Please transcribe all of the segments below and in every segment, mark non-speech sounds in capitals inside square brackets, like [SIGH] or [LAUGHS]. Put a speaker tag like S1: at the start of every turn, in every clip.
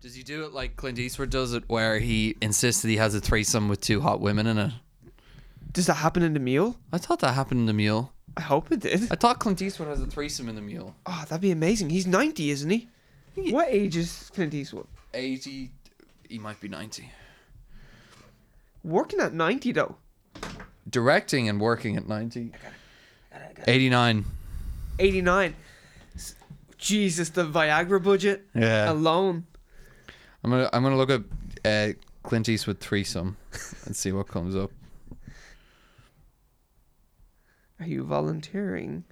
S1: Does he do it like Clint Eastwood does it, where he insists that he has a threesome with two hot women in it?
S2: Does that happen in the meal?
S1: I thought that happened in The Mule.
S2: I hope it did.
S1: I thought Clint Eastwood has a threesome in The Mule.
S2: Oh, that'd be amazing. He's 90, isn't he? What age is Clint Eastwood?
S1: 80, he might be 90.
S2: Working at 90, though.
S1: Directing and working at 90. 89.
S2: 89. S- Jesus, the Viagra budget
S1: Yeah.
S2: alone.
S1: I'm gonna I'm gonna look up uh, Clint Eastwood threesome and see what comes up.
S2: Are you volunteering?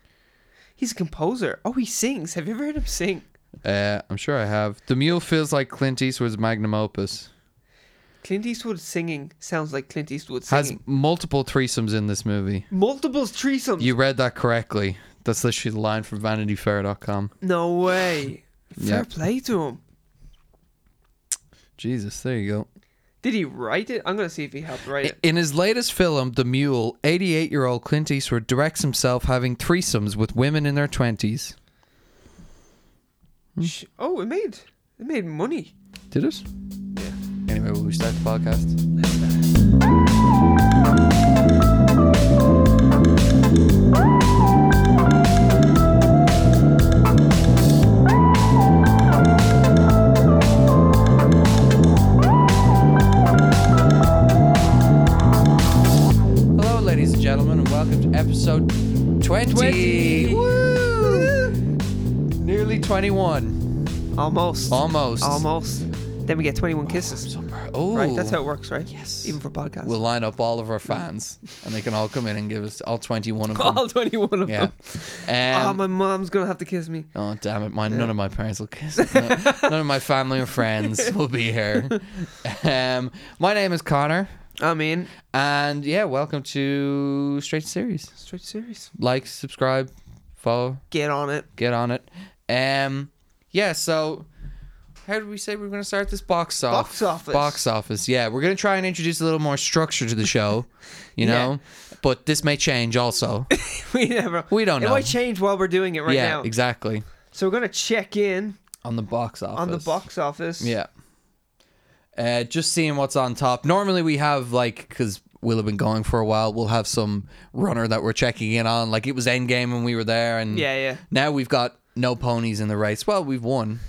S2: He's a composer. Oh, he sings. Have you ever heard him sing?
S1: Uh, I'm sure I have. The Mule feels like Clint Eastwood's magnum opus.
S2: Clint Eastwood singing sounds like Clint Eastwood
S1: Has
S2: singing.
S1: multiple threesomes in this movie.
S2: multiple threesomes.
S1: You read that correctly. That's literally the line from VanityFair.com.
S2: no way. Fair
S1: Yeah.
S2: play to him.
S1: Jesus, there you go.
S2: Did he write it? I'm gonna see if he helped write
S1: I-
S2: it.
S1: In his latest film, The Mule, 88 year old Clint Eastwood directs himself having threesomes with women in their 20s.
S2: Sh- Oh, it made it made money.
S1: Did it? Yeah. Anyway, will we start the podcast? Hello, ladies and gentlemen, and welcome to episode 20.
S2: 20.
S1: Woo! Nearly 21.
S2: Almost.
S1: Almost.
S2: Almost. Then we get 21 kisses.
S1: Oh,
S2: Right, that's how it works, right?
S1: Yes.
S2: Even for podcasts.
S1: We'll line up all of our fans, and they can all come in and give us all twenty-one of them.
S2: [LAUGHS] all 21 of
S1: yeah.
S2: them. oh,
S1: Um,
S2: my mom's gonna have to kiss me.
S1: oh damn it! My, None of my parents will kiss. No, none of my family or
S2: [LAUGHS]
S1: friends will be here. Um, my name is Connor,
S2: I mean,
S1: and yeah, welcome to Straight Series.
S2: straight serious.
S1: Like, subscribe, follow,
S2: Get on it. [LAUGHS]
S1: get on it. Um, yeah. So, how did we say we are going to start this box off?
S2: Box office.
S1: Box office. Yeah, we're going to try and introduce a little more structure to the show. You
S2: Yeah.
S1: know, but this may change also.
S2: we never.
S1: We don't
S2: it
S1: know.
S2: might change while we're doing it [LAUGHS] right
S1: yeah,
S2: now.
S1: exactly.
S2: So we're gonna check in
S1: On the box office.
S2: on the box office.
S1: Yeah. Uh, just seeing what's on top. Normally we have like because we'll have been going for a while. We'll have some runner that we're checking in on. Like it was Endgame when we were there, and
S2: Yeah, yeah.
S1: Now we've got no ponies in the race. Well, we've won.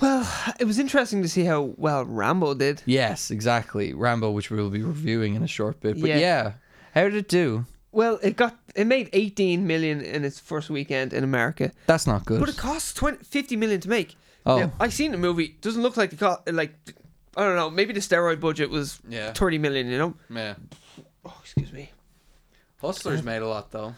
S2: Well, it was interesting to see how well Rambo did.
S1: Yes, exactly. Rambo, which we will be reviewing in a short bit. But yeah,
S2: Yeah.
S1: how did it do?
S2: Well, it got it made 18 million in its first weekend in America,
S1: That's not good.
S2: but it costs 20, 50 million to make.
S1: Oh.
S2: I seen the movie. Doesn't look like the cost. Like I don't know. Maybe the steroid budget was
S1: Yeah.
S2: 30 million. You know.
S1: yeah,
S2: Oh, excuse me.
S1: Hustlers made a lot though.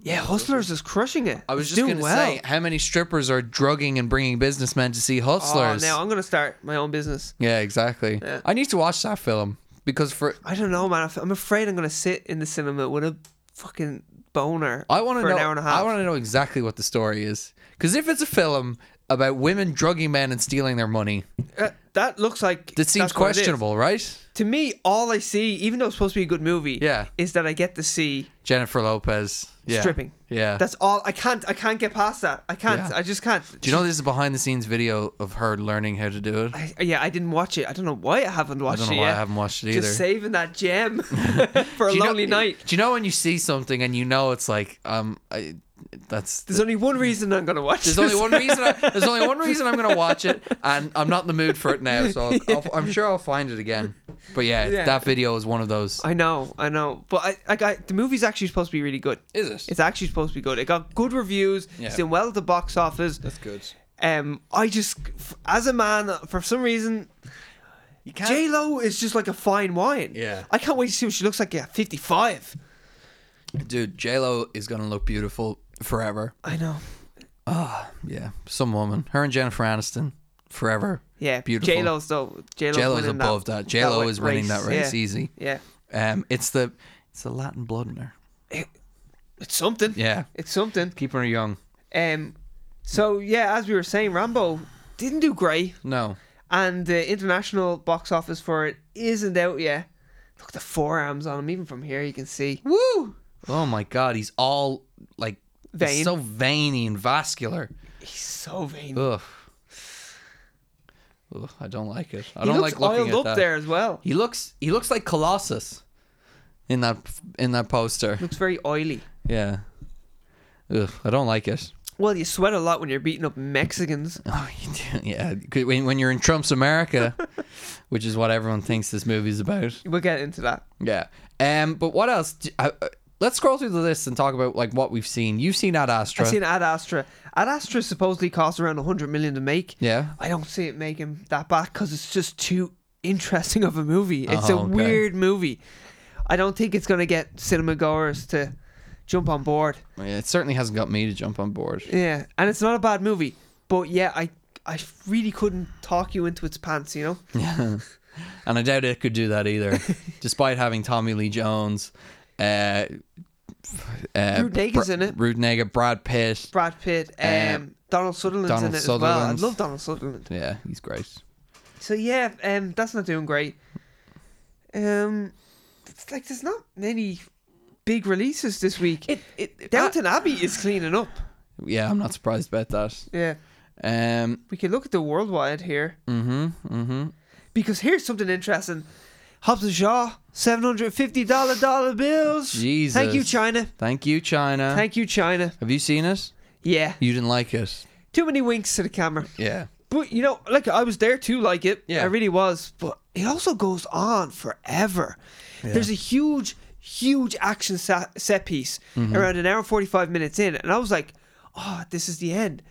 S2: Yeah, Hustlers is crushing it.
S1: I was
S2: It's
S1: just
S2: doing
S1: gonna
S2: well.
S1: say how many strippers are drugging and bringing businessmen to see Hustlers.
S2: Oh, now I'm gonna start my own business.
S1: Yeah, exactly.
S2: Yeah.
S1: I need to watch that film because for
S2: I don't know, man. I f- I'm afraid I'm gonna sit in the cinema with a fucking boner.
S1: I want to
S2: for
S1: know
S2: an hour and a half.
S1: I want to know exactly what the story is because if it's a film about women drugging men and stealing their money,
S2: Uh, that looks like
S1: that seems
S2: that's what it is.
S1: questionable, right?
S2: To me, all I see, even though it's supposed to be a good movie,
S1: Yeah.
S2: is that I get to see
S1: Jennifer Lopez yeah.
S2: stripping.
S1: Yeah.
S2: That's all. I can't. I can't get past that. I can't.
S1: Yeah.
S2: I just can't.
S1: do you know there's a behind the scenes video of her learning how to do it? I,
S2: I, yeah, I didn't watch it. I don't know why I haven't watched
S1: don't know
S2: it
S1: why
S2: yet.
S1: I haven't watched it either.
S2: just saving that
S1: [LAUGHS]
S2: gem [LAUGHS] for a
S1: Do you know-
S2: lonely night.
S1: Do you know when you see something and you know it's like um I, that's
S2: There's only one reason I'm gonna watch.
S1: There's
S2: this.
S1: only one reason. I, there's only one reason I'm gonna watch
S2: [LAUGHS]
S1: it, and I'm not in the mood for it now. So I'll, I'll, I'm sure I'll find it again. But yeah,
S2: Yeah.
S1: that video is one of those.
S2: [LAUGHS] I know, I know, but I, like, I, the movie's actually supposed to be really good.
S1: Is it?
S2: It's actually supposed to be good. It got good reviews.
S1: Yeah.
S2: It's doing well at the box office.
S1: That's good.
S2: Um, I just, f- as a man, for some reason,
S1: You can't.
S2: J Lo is just like a fine wine.
S1: Yeah.
S2: I can't wait to see what she looks like at fifty five.
S1: Dude, J Lo is gonna look beautiful forever.
S2: I know.
S1: Yeah, some woman. Her and Jennifer Aniston, forever.
S2: Yeah,
S1: Beautiful.
S2: J Lo's though. J
S1: J Lo
S2: Lo's
S1: is above that. J Lo is winning that race
S2: Yeah.
S1: easy.
S2: Yeah.
S1: Um, it's the it's the Latin blood in her.
S2: it's something.
S1: Yeah,
S2: It's something.
S1: keeping her young.
S2: Um, so yeah, as we were saying, Rambo didn't do great,
S1: No.
S2: and the international box office for it isn't out yet. Look at the forearms on him. Even from here, you can see.
S1: Woo! Oh my God, he's all like
S2: Vein.
S1: so veiny and vascular.
S2: He's so vain.
S1: Ugh. Ugh, I don't like it. I
S2: He
S1: don't
S2: looks
S1: like looking
S2: oiled
S1: at
S2: up
S1: that.
S2: there as well.
S1: He looks he looks like Colossus in that in that poster.
S2: Looks very oily.
S1: Yeah. Ugh, I don't like it. [LAUGHS]
S2: Well, you sweat a lot when you're beating up Mexicans.
S1: Oh, you do. Yeah, 'Cause when, when you're in Trump's
S2: [LAUGHS]
S1: America, which is what everyone thinks this movie's about.
S2: We'll get into that.
S1: Yeah. Um. But what else? d- I- I- let's scroll through the list and talk about like what we've seen. You've seen Ad Astra.
S2: I've seen Ad Astra. Ad Astra supposedly costs around 100 million to make.
S1: yeah.
S2: I don't see it making that back because it's just too interesting of a movie. It's
S1: Oh,
S2: a
S1: okay.
S2: weird movie. I don't think it's going to get cinema goers to jump on board.
S1: Yeah, It certainly hasn't got me to jump on
S2: [LAUGHS]
S1: board.
S2: Yeah, and it's not a bad movie, but yeah, I I really couldn't talk you into its pants. You know,
S1: Yeah. and I doubt it could do that
S2: [LAUGHS]
S1: either, despite having Tommy Lee Jones, uh, uh,
S2: Rudnick is in it.
S1: Rudnick, Brad Pitt.
S2: Brad Pitt, um,
S1: Um,
S2: Donald Sutherland's
S1: Donald
S2: in it as well. I
S1: Sutherland.
S2: love Donald Sutherland.
S1: Yeah, he's great.
S2: So yeah, um, that's not doing great. Um, it's like there's not many big releases this week.
S1: It, it,
S2: Downton Abbey is cleaning up.
S1: yeah, I'm not surprised about that.
S2: Yeah,
S1: Um,
S2: we can look at the worldwide here
S1: mm-hmm, mm-hmm.
S2: because here's something interesting. Hobbs and Shaw, seven hundred fifty dollar dollar bills.
S1: Jesus.
S2: Thank you, China.
S1: Thank you, China.
S2: Thank you, China.
S1: Have you seen it?
S2: Yeah.
S1: You didn't like it.
S2: Too many winks to the camera.
S1: Yeah.
S2: But you know, like I was there too, like it.
S1: Yeah.
S2: I really was. But it also goes on forever. There's a huge, huge action sa- set piece
S1: Mm-hmm.
S2: around an hour and 45 minutes in. And I was like, oh, this is the end.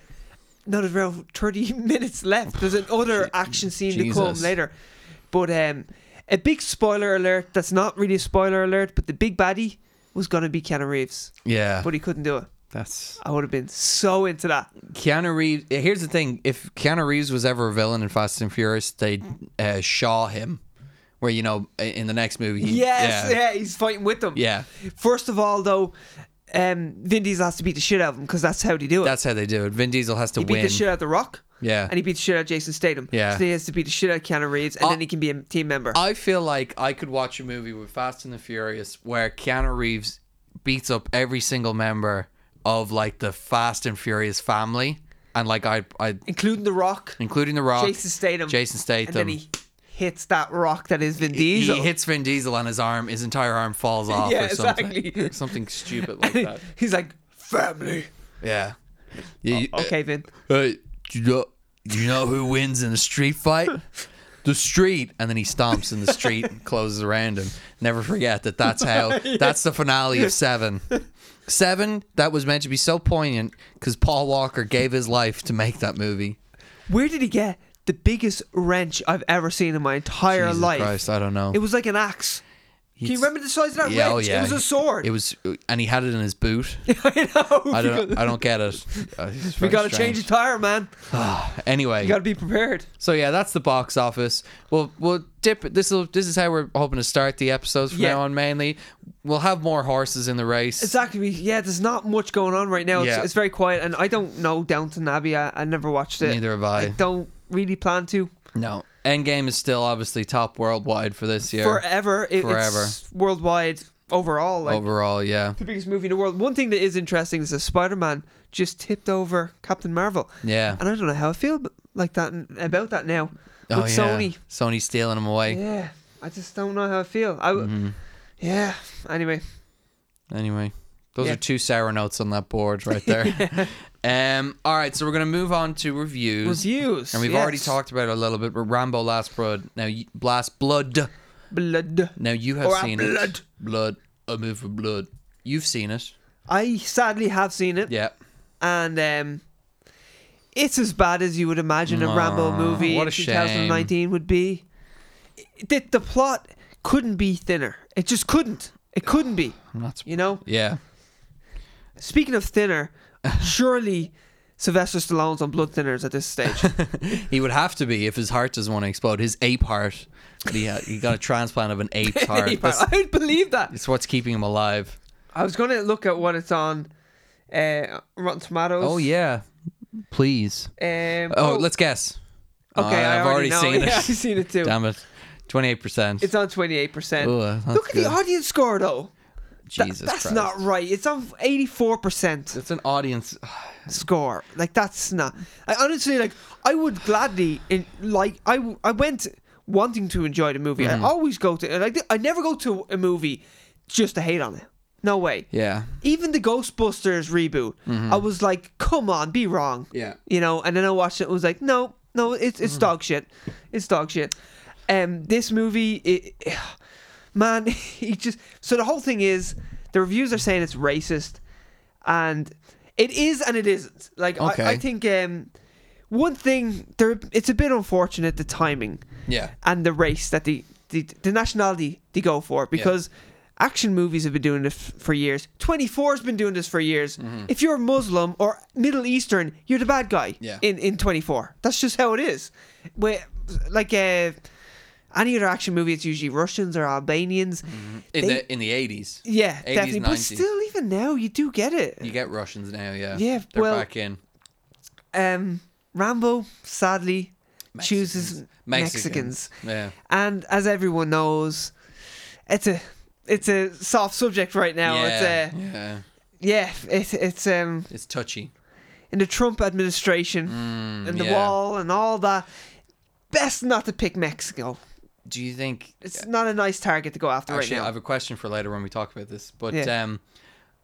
S2: Not around 30 [LAUGHS] minutes left. There's another action scene to come
S1: Jesus.
S2: later. But um, a big spoiler alert that's not really a spoiler alert, but the big baddie was going to be Keanu Reeves.
S1: Yeah.
S2: But he couldn't do it.
S1: That's
S2: I would have been so into that.
S1: Keanu Reeves. Here's the thing: if Keanu Reeves was ever a villain in Fast and Furious, they uh, Shaw him, where you know in the next movie. he-
S2: Yes,
S1: Yeah.
S2: yeah, he's fighting with them.
S1: yeah.
S2: First of all, though, um, Vin Diesel has to beat the shit out of him because that's how they do it.
S1: That's how they do it. Vin Diesel has to
S2: he beat
S1: win.
S2: the shit out of The Rock,
S1: yeah.
S2: and he beat the shit out of Jason Statham.
S1: Yeah.
S2: So then he has to beat the shit out of Keanu Reeves, and
S1: Uh,
S2: then he can be a team member.
S1: I feel like I could watch a movie with Fast and the Furious where Keanu Reeves beats up every single member of like the Fast and Furious family, and like I, I
S2: including The Rock,
S1: including The Rock,
S2: Jason Statham,
S1: Jason
S2: and
S1: Statham.
S2: then he hits that rock that is Vin
S1: he
S2: Diesel.
S1: hits Vin Diesel on his arm. His entire arm falls off,
S2: [LAUGHS] Yeah,
S1: or something, [LAUGHS]
S2: exactly.
S1: something stupid
S2: [LAUGHS]
S1: like that.
S2: He's like, family.
S1: Yeah. Uh, yeah you-
S2: Okay, Vin.
S1: Hey, do you know, do you know who wins in a street
S2: [LAUGHS]
S1: fight? The street, and then he stomps in the street and closes around him. Never forget that.
S2: [LAUGHS]
S1: That's how. That's the finale of Seven. Seven that was meant to be so poignant because Paul Walker gave his life to make that movie.
S2: Where did he get the biggest wrench I've ever seen in my entire
S1: Jesus
S2: life?
S1: Christ, I don't know.
S2: It was like an axe. Can you
S1: He's-
S2: remember the size of that
S1: Yeah, oh,
S2: wrench?
S1: yeah.
S2: It was a sword.
S1: It was, and he had it in his boot.
S2: [LAUGHS] I know.
S1: I don't. I don't get
S2: [LAUGHS]
S1: it. Uh, it's
S2: we
S1: very
S2: gotta
S1: strange. Ah,
S2: change the tire, man.
S1: Anyway,
S2: You gotta be prepared.
S1: So yeah, that's the box office. We'll we'll dip. This will this is how we're hoping to start the episodes from
S2: Yeah.
S1: now on. Mainly, we'll have more horses in the race.
S2: Exactly. we- Yeah, there's not much going on right now. It's,
S1: Yeah.
S2: it's very quiet, and I don't know Downton Abbey. I, I never watched it.
S1: Neither have I.
S2: I don't really plan to.
S1: no, Endgame is still obviously top worldwide for this year
S2: Forever. It,
S1: Forever.
S2: It's worldwide, overall, like
S1: overall. Yeah,
S2: the biggest movie in the world. One thing that is interesting is that Spider-Man just tipped over Captain Marvel,
S1: yeah.
S2: and I don't know how I feel ab- like that about that now with
S1: Oh yeah,
S2: Sony.
S1: Sony stealing them away.
S2: Yeah, I just don't know how I feel. I w
S1: Mm-hmm.
S2: Yeah. Anyway,
S1: Anyway, those
S2: Yeah.
S1: are two sour notes on that board right
S2: [LAUGHS]
S1: there. Um. All right, so we're gonna move on to reviews.
S2: reviews.
S1: And we've already
S2: yes.
S1: talked about it a little bit. But Rambo: Last Blood. Now, you- Last Blood.
S2: Blood.
S1: Now you have
S2: Or a
S1: seen
S2: blood.
S1: it. Blood. A move for blood. You've seen it.
S2: I sadly have seen it.
S1: Yeah.
S2: and um, it's as bad as you would imagine a Rambo
S1: Aw,
S2: movie
S1: what
S2: in
S1: a shame.
S2: 2019 would be. The, the plot couldn't be thinner. It just couldn't. It couldn't be.
S1: I'm not surprised.
S2: You know.
S1: Yeah.
S2: Speaking
S1: [LAUGHS]
S2: of thinner, surely Sylvester Stallone's on blood thinners at
S1: [LAUGHS]
S2: this stage.
S1: He would have to be if his heart doesn't want to explode. His ape heart. He, ha- he got a transplant
S2: [LAUGHS]
S1: of an ape's heart. That's,
S2: I'd believe that.
S1: it's what's keeping him alive.
S2: I was going to look at what it's on uh, Rotten Tomatoes.
S1: Oh, yeah. Please.
S2: Um,
S1: Oh, let's guess.
S2: Okay,
S1: Oh,
S2: I
S1: I've already,
S2: already,
S1: seen
S2: know. [LAUGHS] Yeah, I've
S1: it.
S2: seen it too.
S1: Damn it. 28%.
S2: It's on 28%.
S1: Ooh, that's
S2: Look at
S1: good.
S2: the audience score though. That-
S1: Jesus
S2: that's
S1: Christ.
S2: not right. It's on 84%
S1: It's an audience. [SIGHS]
S2: score. Like, that's not. I honestly, like, I would gladly, in, like, I, w- I went wanting to enjoy the movie.
S1: Mm-hmm.
S2: I always go to, like, I never go to a movie just to hate on it. No way.
S1: Yeah.
S2: Even the Ghostbusters reboot, I was like, come on, be wrong.
S1: Mm-hmm. Yeah. Mm.
S2: You know, and then I watched it and was like, no, no, it's it's dog shit. It's dog shit. Um this movie it, it- [SIGHS] man, [LAUGHS] he just so the whole thing is the reviews are saying it's racist and it is and it isn't. Like
S1: Okay.
S2: I, I think um one thing there it's a bit unfortunate the timing
S1: Yeah.
S2: and the race that the the, the nationality they go for because action movies have been doing this f- for years 24's been doing this for years
S1: Mm-hmm.
S2: if you're muslim or middle eastern you're the bad guy
S1: Yeah.
S2: in, in 24 that's just how it is Where, like uh, any other action movie it's usually russians or albanians
S1: In
S2: They-
S1: the in the Mm-hmm. eighties.
S2: yeah
S1: 80s,
S2: definitely but
S1: 90s.
S2: still even now you do get it
S1: You get Russians now, yeah.
S2: Yeah,
S1: They're
S2: well,
S1: back in.
S2: um, rambo sadly chooses mexicans.
S1: Yeah.
S2: and as everyone knows, it's a it's a soft subject right now.
S1: yeah.
S2: It's uh, a
S1: yeah.
S2: yeah, it's it's um
S1: It's touchy.
S2: in the Trump administration and the
S1: Mm, yeah.
S2: wall and all that. Best not to pick Mexico.
S1: Do you think uh,
S2: It's not a nice target to go after
S1: Actually, I
S2: right
S1: have a question for later when we talk about this. But
S2: Yeah.
S1: um,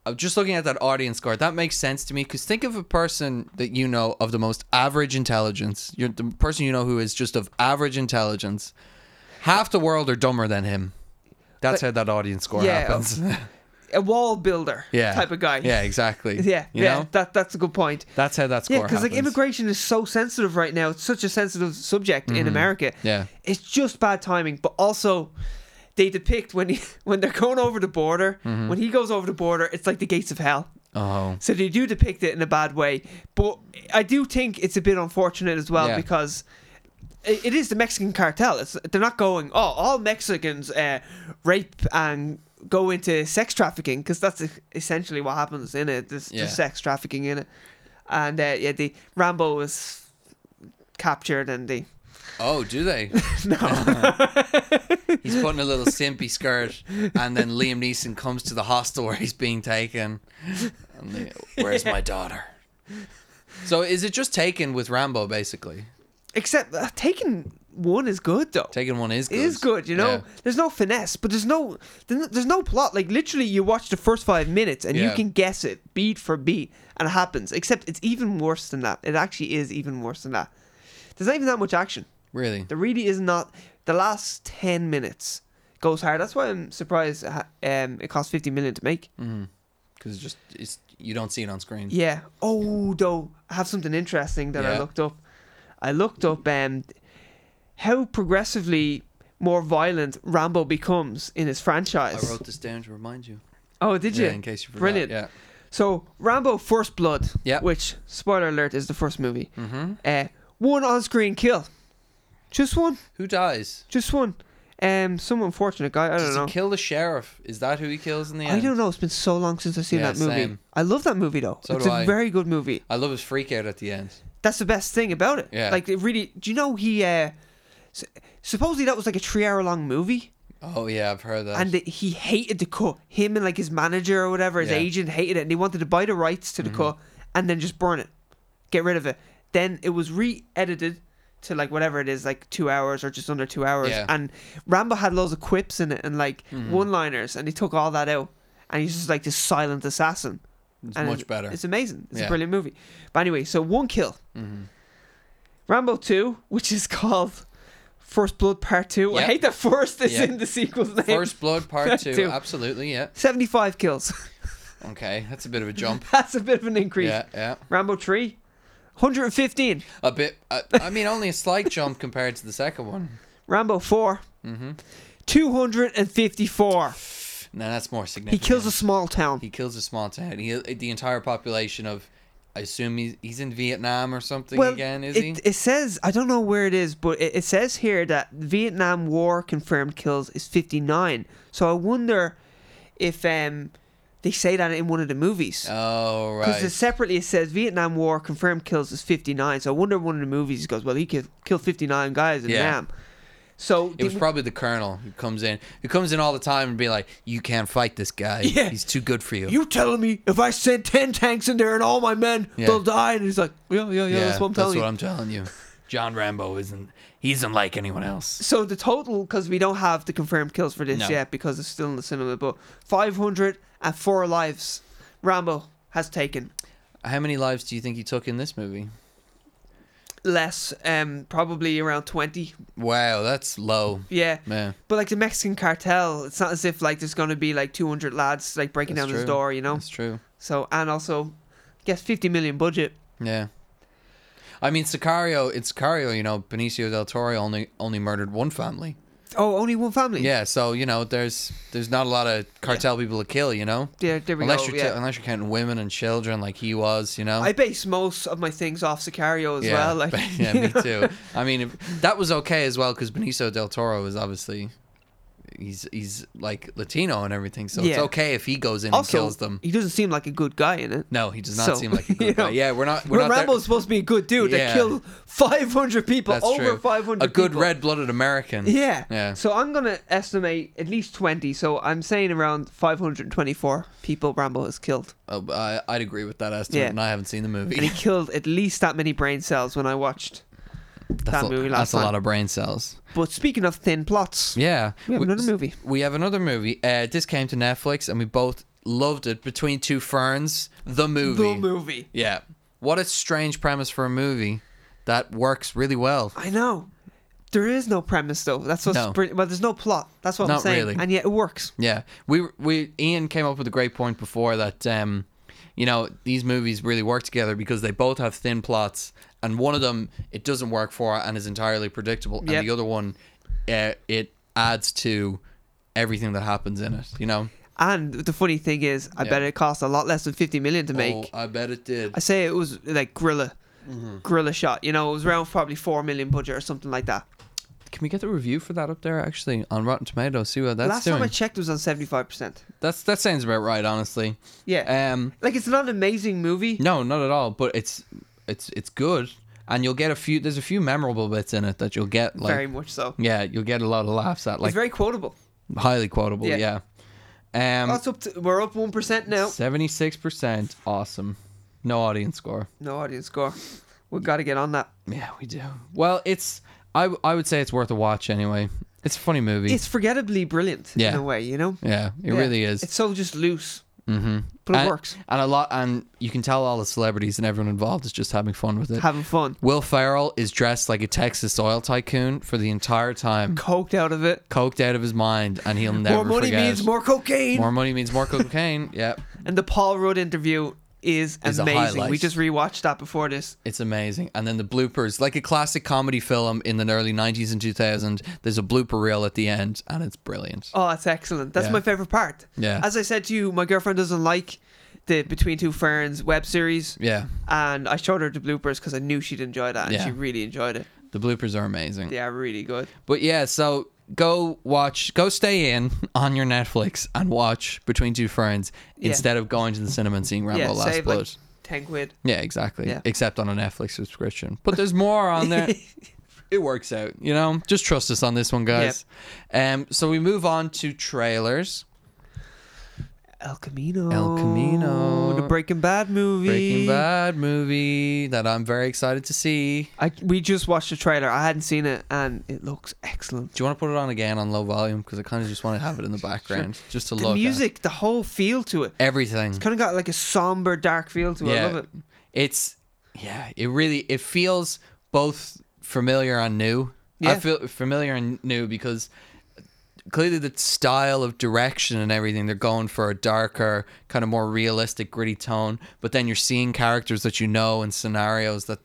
S1: I'm just looking at that audience score. That makes sense to me because think of a person that you know of the most average intelligence. You're the person you know who is just of average intelligence. Half the world are dumber than him. That's how that audience score
S2: Yeah.
S1: happens. [LAUGHS]
S2: now. A wall builder
S1: yeah,
S2: type of guy.
S1: Yeah, exactly.
S2: [LAUGHS] Yeah,
S1: you
S2: yeah,
S1: know
S2: that that's a good point.
S1: that's how that score.
S2: Yeah, because like
S1: happens.
S2: immigration is so sensitive right now. It's such a sensitive subject
S1: Mm-hmm.
S2: in America.
S1: Yeah.
S2: it's just bad timing. But also, they depict when he, [LAUGHS] when they're going over the border.
S1: Mm-hmm.
S2: When he goes over the border, it's like the gates of hell.
S1: Oh,
S2: So they do depict it in a bad way. But I do think it's a bit unfortunate as well
S1: Yeah.
S2: because. i- It is the Mexican cartel. It's, they're not going. Oh, all Mexicans uh, rape and go into sex trafficking because that's e- essentially what happens in it. There's,
S1: Yeah.
S2: there's sex trafficking in it, and uh, yeah, the Rambo was captured and they
S1: oh, do they?
S2: [LAUGHS] no
S1: [LAUGHS] He's putting a little simpy skirt, and then Liam Neeson comes to the hostel where he's being taken. And they, Where's my daughter? So is it just taken with Rambo basically?
S2: Except uh, taking one is good though.
S1: Taken one is good.
S2: It is good, you know.
S1: Yeah.
S2: There's no finesse, but there's no there's no- there's no plot. Like literally, you watch the first five minutes and you
S1: Yeah.
S2: can guess it beat for beat, and it happens. Except it's even worse than that. It actually is even worse than that. There's not even that much action.
S1: Really?
S2: There really is not. The last ten minutes goes hard. That's why I'm surprised. uh, Um, it cost fifty million to make.
S1: Because just it's you don't see it on screen.
S2: Yeah. Oh, though, I have something interesting that I
S1: Yeah.
S2: looked up. I looked up um, how progressively more violent Rambo becomes in his
S1: I
S2: franchise.
S1: wrote this down to remind you.
S2: oh, did you?
S1: Yeah, in case you forgot.
S2: Brilliant.
S1: Yeah.
S2: So, Rambo First Blood,
S1: Yeah.
S2: which, spoiler alert, is the first movie. Mm-hmm. Uh, one on screen kill. Just one.
S1: Who dies?
S2: Just one. Um, Some unfortunate guy. I don't
S1: Does
S2: know.
S1: he kill the sheriff? Is that who he kills in the end?
S2: I don't know. It's been so long since I've seen
S1: Yeah,
S2: that movie.
S1: same.
S2: I love that movie, though.
S1: So
S2: it's
S1: do
S2: a
S1: I.
S2: very good movie.
S1: I love his freak out at the end.
S2: That's the best thing about it.
S1: Yeah.
S2: Like it really. Do you know he? Uh, s- supposedly that was like a three-hour-long movie,
S1: Oh yeah, I've heard that.
S2: and that he hated the cut. Him and like his manager or whatever, his
S1: Yeah. Mm-hmm.
S2: agent hated it, and he wanted to buy the rights to the cut and then just burn it, get rid of it. Then it was re-edited to like whatever it is, like two hours or just under two hours.
S1: Yeah. Mm-hmm.
S2: And Rambo had loads of quips in it and like one-liners, and he took all that out, and he's just like this silent assassin.
S1: it's
S2: And
S1: much better.
S2: It's amazing. It's a
S1: Yeah. Mm-hmm.
S2: brilliant movie. But anyway, so one kill. Rambo 2, which is [LAUGHS] called First Blood Part 2. I
S1: Yep.
S2: hate that first is
S1: Yeah.
S2: in the sequel's name.
S1: First Blood
S2: [LAUGHS]
S1: Part
S2: Part
S1: Two.
S2: two.
S1: Absolutely, yeah.
S2: 75 kills. [LAUGHS]
S1: Okay, that's a bit of a jump.
S2: That's a bit of an increase.
S1: Yeah, yeah.
S2: Rambo 3, 115.
S1: A bit. I, I mean, only a slight jump compared to the second one.
S2: Rambo 4,
S1: Mm-hmm.
S2: 254.
S1: No, that's more
S2: He
S1: significant.
S2: kills a small town.
S1: He kills a small town. He the entire population of. I assume he's, he's in Vietnam or something again. Is
S2: it,
S1: he?
S2: it says I don't know where it is, but it, it says here that Vietnam War confirmed kills is fifty nine. So I wonder if um they say that in one of the movies
S1: Oh
S2: because
S1: right.
S2: separately it says Vietnam War confirmed kills is fifty nine. So I wonder if one of the movies goes well he killed, killed fifty nine guys in
S1: Yeah.
S2: Vietnam. So
S1: It was
S2: did-
S1: probably the colonel who comes in, who comes in all the time and be like, "You can't fight this guy.
S2: Yeah.
S1: He's too good for you."
S2: you telling me if I send ten tanks in there and all my men,
S1: Yeah.
S2: they'll die? And he's like, yeah, yeah, yeah.
S1: yeah,
S2: that's what I'm telling you.
S1: I'm telling you. John Rambo isn't. He isn't like anyone else.
S2: So the total, because we don't have the confirmed kills for this
S1: No.
S2: yet, because it's still in the cinema, but 504 lives Rambo has taken.
S1: How many lives do you think he took in this movie?
S2: Less, um, probably around 20.
S1: Wow, that's low.
S2: Yeah.
S1: Man,
S2: But like the Mexican cartel, it's not as if like there's going to be like 200 lads like breaking
S1: That's
S2: down his
S1: true.
S2: door, you know?
S1: that's true.
S2: So, and also, I guess 50 million budget.
S1: Yeah. I mean, Sicario. It's Sicario. You know, Benicio del Toro only only murdered one family.
S2: Oh, only one family?
S1: Yeah, so you know, there's there's not a lot of cartel people to kill. You know,
S2: There, there we
S1: unless
S2: go.
S1: you're
S2: yeah.
S1: t- unless you're counting women and children like he was. You know.
S2: I base most of my things off Sicario as
S1: yeah, [LAUGHS]
S2: well. Like, [LAUGHS]
S1: yeah, me too. I mean, if, that was okay as well because Benicio del Toro is obviously he's he's like Latino and everything, so it's
S2: Yeah.
S1: okay if he goes in
S2: Also,
S1: and kills them.
S2: he doesn't seem like a good guy in it.
S1: No, he does not
S2: So,
S1: seem
S2: [LAUGHS]
S1: like a
S2: you
S1: good guy.
S2: know,
S1: Yeah, we're not we're
S2: When
S1: not there-
S2: Rambo's supposed to be a good dude
S1: Yeah.
S2: that killed 500 people,
S1: That's
S2: over
S1: true.
S2: 500
S1: A good
S2: people.
S1: red-blooded American.
S2: Yeah.
S1: Yeah.
S2: So I'm going to estimate at least 20. So I'm saying around 524 people Rambo has killed.
S1: Oh, but I, I'd agree with that estimate,
S2: Yeah.
S1: and I haven't seen the movie.
S2: And he killed at least that many brain cells when I watched
S1: that's
S2: that
S1: a,
S2: movie last
S1: that's a
S2: time.
S1: lot of brain cells.
S2: But speaking of thin plots,
S1: Yeah.
S2: We have another movie.
S1: We have another movie. Uh, this came to Netflix and we both loved it. Between Two Ferns, the movie.
S2: the movie.
S1: Yeah. What a strange premise for a movie that works really well.
S2: I know. There is no premise though. That's what's
S1: No.
S2: brilliant. Well, there's no plot. That's what I'm
S1: Not
S2: saying.
S1: really.
S2: And yet it works.
S1: Yeah. We we Ian came up with a great point before that um you know, these movies really work together because they both have thin plots and one of them it doesn't work for and is entirely predictable
S2: Yep.
S1: and the other one uh, it adds to everything that happens in it, you know.
S2: And the funny thing is, I
S1: Yeah.
S2: bet it cost a lot less than 50 million to make.
S1: Oh, I bet it did.
S2: I say it was like gorilla,
S1: Mm-hmm.
S2: gorilla shot. You know, it was around probably four million budget or something like that.
S1: Can we get the review for that up there actually on Rotten Tomatoes? See what that's
S2: Last
S1: doing.
S2: time I checked, it was on seventy five percent.
S1: That's that sounds about right, honestly.
S2: Yeah,
S1: Um,
S2: like it's not an amazing movie.
S1: no, not at all. But it's it's it's good, and you'll get a few. There's a few memorable bits in it that you'll get like
S2: very much so.
S1: yeah, you'll get a lot of laughs at like mm.
S2: it's very quotable.
S1: highly quotable. Yeah,
S2: Yeah.
S1: um,
S2: That's up. To, we're up one percent now.
S1: seventy six percent, awesome. No audience score.
S2: No audience score. We got to get on that.
S1: Yeah, we do. Well, it's I w- I would say it's worth a watch anyway. It's a funny movie.
S2: It's forgettably brilliant
S1: Yeah.
S2: in a way. You know,
S1: yeah, it
S2: Yeah.
S1: really is.
S2: It's so just loose, mm-hmm. but it
S1: and,
S2: works.
S1: and a lot, and you can tell all the celebrities and everyone involved is just having fun with it.
S2: Having fun,
S1: Will Farrell is dressed like a Texas oil tycoon for the entire time,
S2: coked out of it.
S1: coked out of his mind, and he'll never
S2: more money
S1: forget.
S2: means more cocaine.
S1: More money means more cocaine. [LAUGHS] yep,
S2: and the Paul Rudd interview is,
S1: Is a
S2: amazing. We
S1: highlight.
S2: just rewatched that before this.
S1: it's amazing. And then the bloopers, like a classic comedy film in the early '90s and 2000. There's a blooper reel at the end, and it's brilliant.
S2: Oh, that's excellent. That's
S1: Yeah.
S2: my favorite part.
S1: Yeah.
S2: As I said to you, my girlfriend doesn't like the Between Two Ferns web series,
S1: Yeah,
S2: and I showed her the bloopers because I knew she'd enjoy that, and
S1: Yeah.
S2: she really enjoyed it.
S1: the bloopers are amazing.
S2: They are really good.
S1: But yeah, so go watch, go stay in [LAUGHS] on your Netflix and watch Between Two Ferns
S2: Yeah.
S1: instead of going to the cinema and seeing Rambo
S2: yeah,
S1: Last
S2: save
S1: Blood.
S2: like ten quid.
S1: Yeah, exactly.
S2: Yeah.
S1: Except on a Netflix subscription. But there's more on
S2: [LAUGHS]
S1: there. it works out, you know? Just trust us on this one, guys. Um so we move on to trailers.
S2: El Camino.
S1: El Camino.
S2: The Breaking Bad movie.
S1: Breaking Bad movie that I'm very excited to see.
S2: I, we just watched the trailer. I hadn't seen it, and it looks excellent.
S1: Do you want to put it on again on low volume? Because I kind of just want to have it
S2: [LAUGHS]
S1: in the background just to
S2: The
S1: look. at
S2: music, the whole feel to it,
S1: everything.
S2: kind of got like a somber, dark feel to it.
S1: yeah,
S2: I love it.
S1: It's yeah. It really it feels both familiar and new. I
S2: Yeah.
S1: feel familiar and new because clearly the style of direction and everything they're going for a darker, kind of more realistic, gritty tone. But then you're seeing characters that you know and scenarios that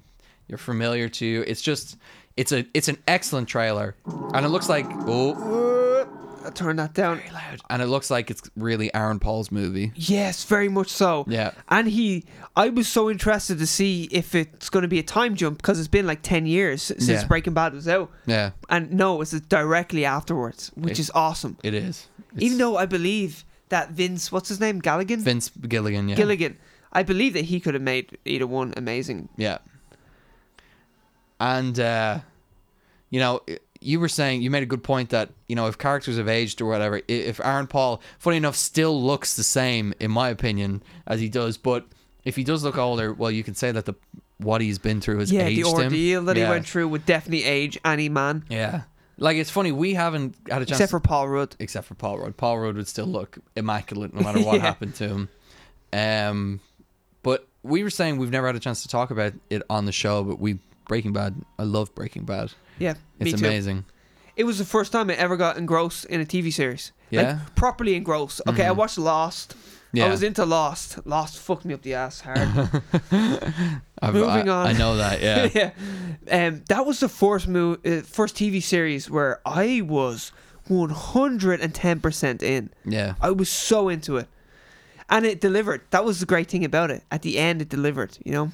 S1: you're familiar to. It's just it's a it's an excellent trailer, and it looks like oh.
S2: Uh, turn that down.
S1: And it looks like it's really Aaron Paul's movie.
S2: Yes, very much so.
S1: Yeah.
S2: And he, I was so interested to see if it's going to be a time jump because it's been like 10 years since
S1: Yeah.
S2: Breaking Bad was out.
S1: Yeah,
S2: And no, it's directly afterwards, which is awesome.
S1: it is. It's
S2: Even though I believe that Vince, what's his name? Galligan?
S1: Vince Gilligan. Yeah.
S2: Gilligan. I believe that he could have made either one amazing.
S1: Yeah. And uh, you know, i- you were saying you made a good point that you know if characters have aged or whatever, i- if Aaron Paul, funny enough, still looks the same in my opinion as he does, but if he does look older, well, you can say that the what he's been through has
S2: Yeah,
S1: aged
S2: the ordeal
S1: him.
S2: that
S1: yeah.
S2: he went through would definitely age any man,
S1: Yeah, like it's funny we haven't had a chance
S2: except for Paul Rudd.
S1: except for Paul Rudd. Paul Rudd would still look immaculate no
S2: [LAUGHS]
S1: matter what
S2: Yeah.
S1: happened to him. Um, but we were saying we've never had a chance to talk about it on the show, but we Breaking Bad. I love Breaking Bad.
S2: Yeah,
S1: It's
S2: me too.
S1: amazing.
S2: It was the first time I ever got engrossed in a TV series.
S1: Yeah. Mm-hmm.
S2: like, properly engrossed. Okay, I watched Lost.
S1: Yeah.
S2: I was into Lost. Lost fucked me up the ass hard. [LAUGHS]
S1: I've-
S2: Moving
S1: I,
S2: on.
S1: I know that.
S2: [LAUGHS]
S1: Yeah.
S2: yeah. Um, that was the first mo- uh, first TV series where I was 110% in.
S1: yeah.
S2: I was so into it. And it delivered. That was the great thing about it. At the end, it delivered, you know?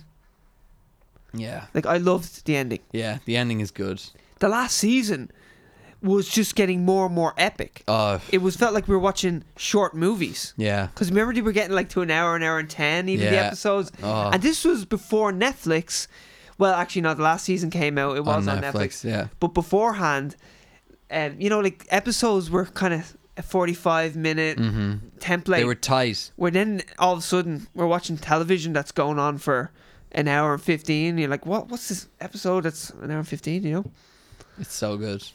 S1: Yeah.
S2: Like, I loved the ending.
S1: Yeah. The ending is good.
S2: The last season was just getting more and more epic.
S1: Uh,
S2: It was felt like we were watching short movies.
S1: yeah.
S2: Because remember, they were getting like to an hour, an hour and ten, even the
S1: Yeah.
S2: episodes.
S1: Oh.
S2: And this was before Netflix. Well, actually, no, the last season came out. It was on, Netflix.
S1: Yeah.
S2: But beforehand, um, you know, like episodes were kind of a 45 minute template.
S1: Mm-hmm. They were tight.
S2: where then all of a sudden we're watching television that's going on for an hour and 15. You're like, what? what's this episode that's an hour and 15, you know?
S1: It's so good.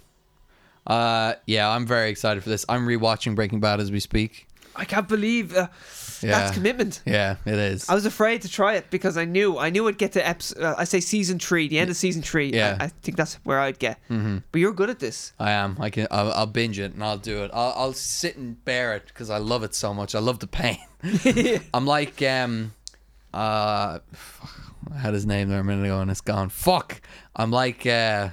S1: Uh, yeah. I'm very excited for this. I'm rewatching Breaking Bad as we speak.
S2: I can't believe uh,
S1: Yeah.
S2: that's commitment.
S1: Yeah. It is.
S2: I was afraid to try it because I knew I knew I'd get to episode, uh, I say season three, the end of season three. I-
S1: Yeah.
S2: I, think that's where I'd get. Mm-hmm. But you're good at this.
S1: I am. I can. I'll, I'll binge it and I'll do it. I'll, I'll sit and bear it because I love it so much. I love the pain. [LAUGHS] I'm like, um, uh, fuck, I had his name there a minute ago and it's gone. Fuck. I'm like, uh,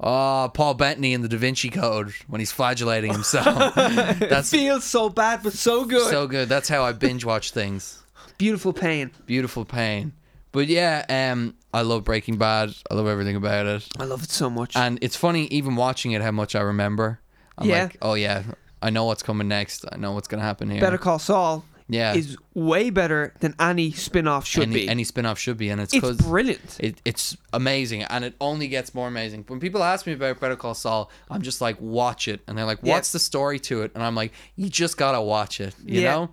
S1: oh, Paul Bettany in the Da Vinci Code when he's flagellating himself. That's
S2: Feels so bad, but so good.
S1: so good. That's how I binge watch things.
S2: Beautiful pain.
S1: Beautiful pain. But yeah, um, I love Breaking Bad. I love everything about it.
S2: I love it so much.
S1: And it's funny, even watching it, how much I remember. I'm
S2: Yeah.
S1: like, oh yeah, I know what's coming next. I know what's gonna happen here.
S2: Better Call Saul
S1: Yeah.
S2: is way better than any spin off should
S1: any,
S2: be.
S1: any spin-off should be, and it's
S2: it's
S1: because
S2: brilliant.
S1: it, it's amazing, and it only gets more amazing. When people ask me about Better Call Saul, I'm just like, watch it, and they're like,
S2: Yeah.
S1: what's the story to it? And I'm like, you just gotta watch it, you
S2: Yeah.
S1: know?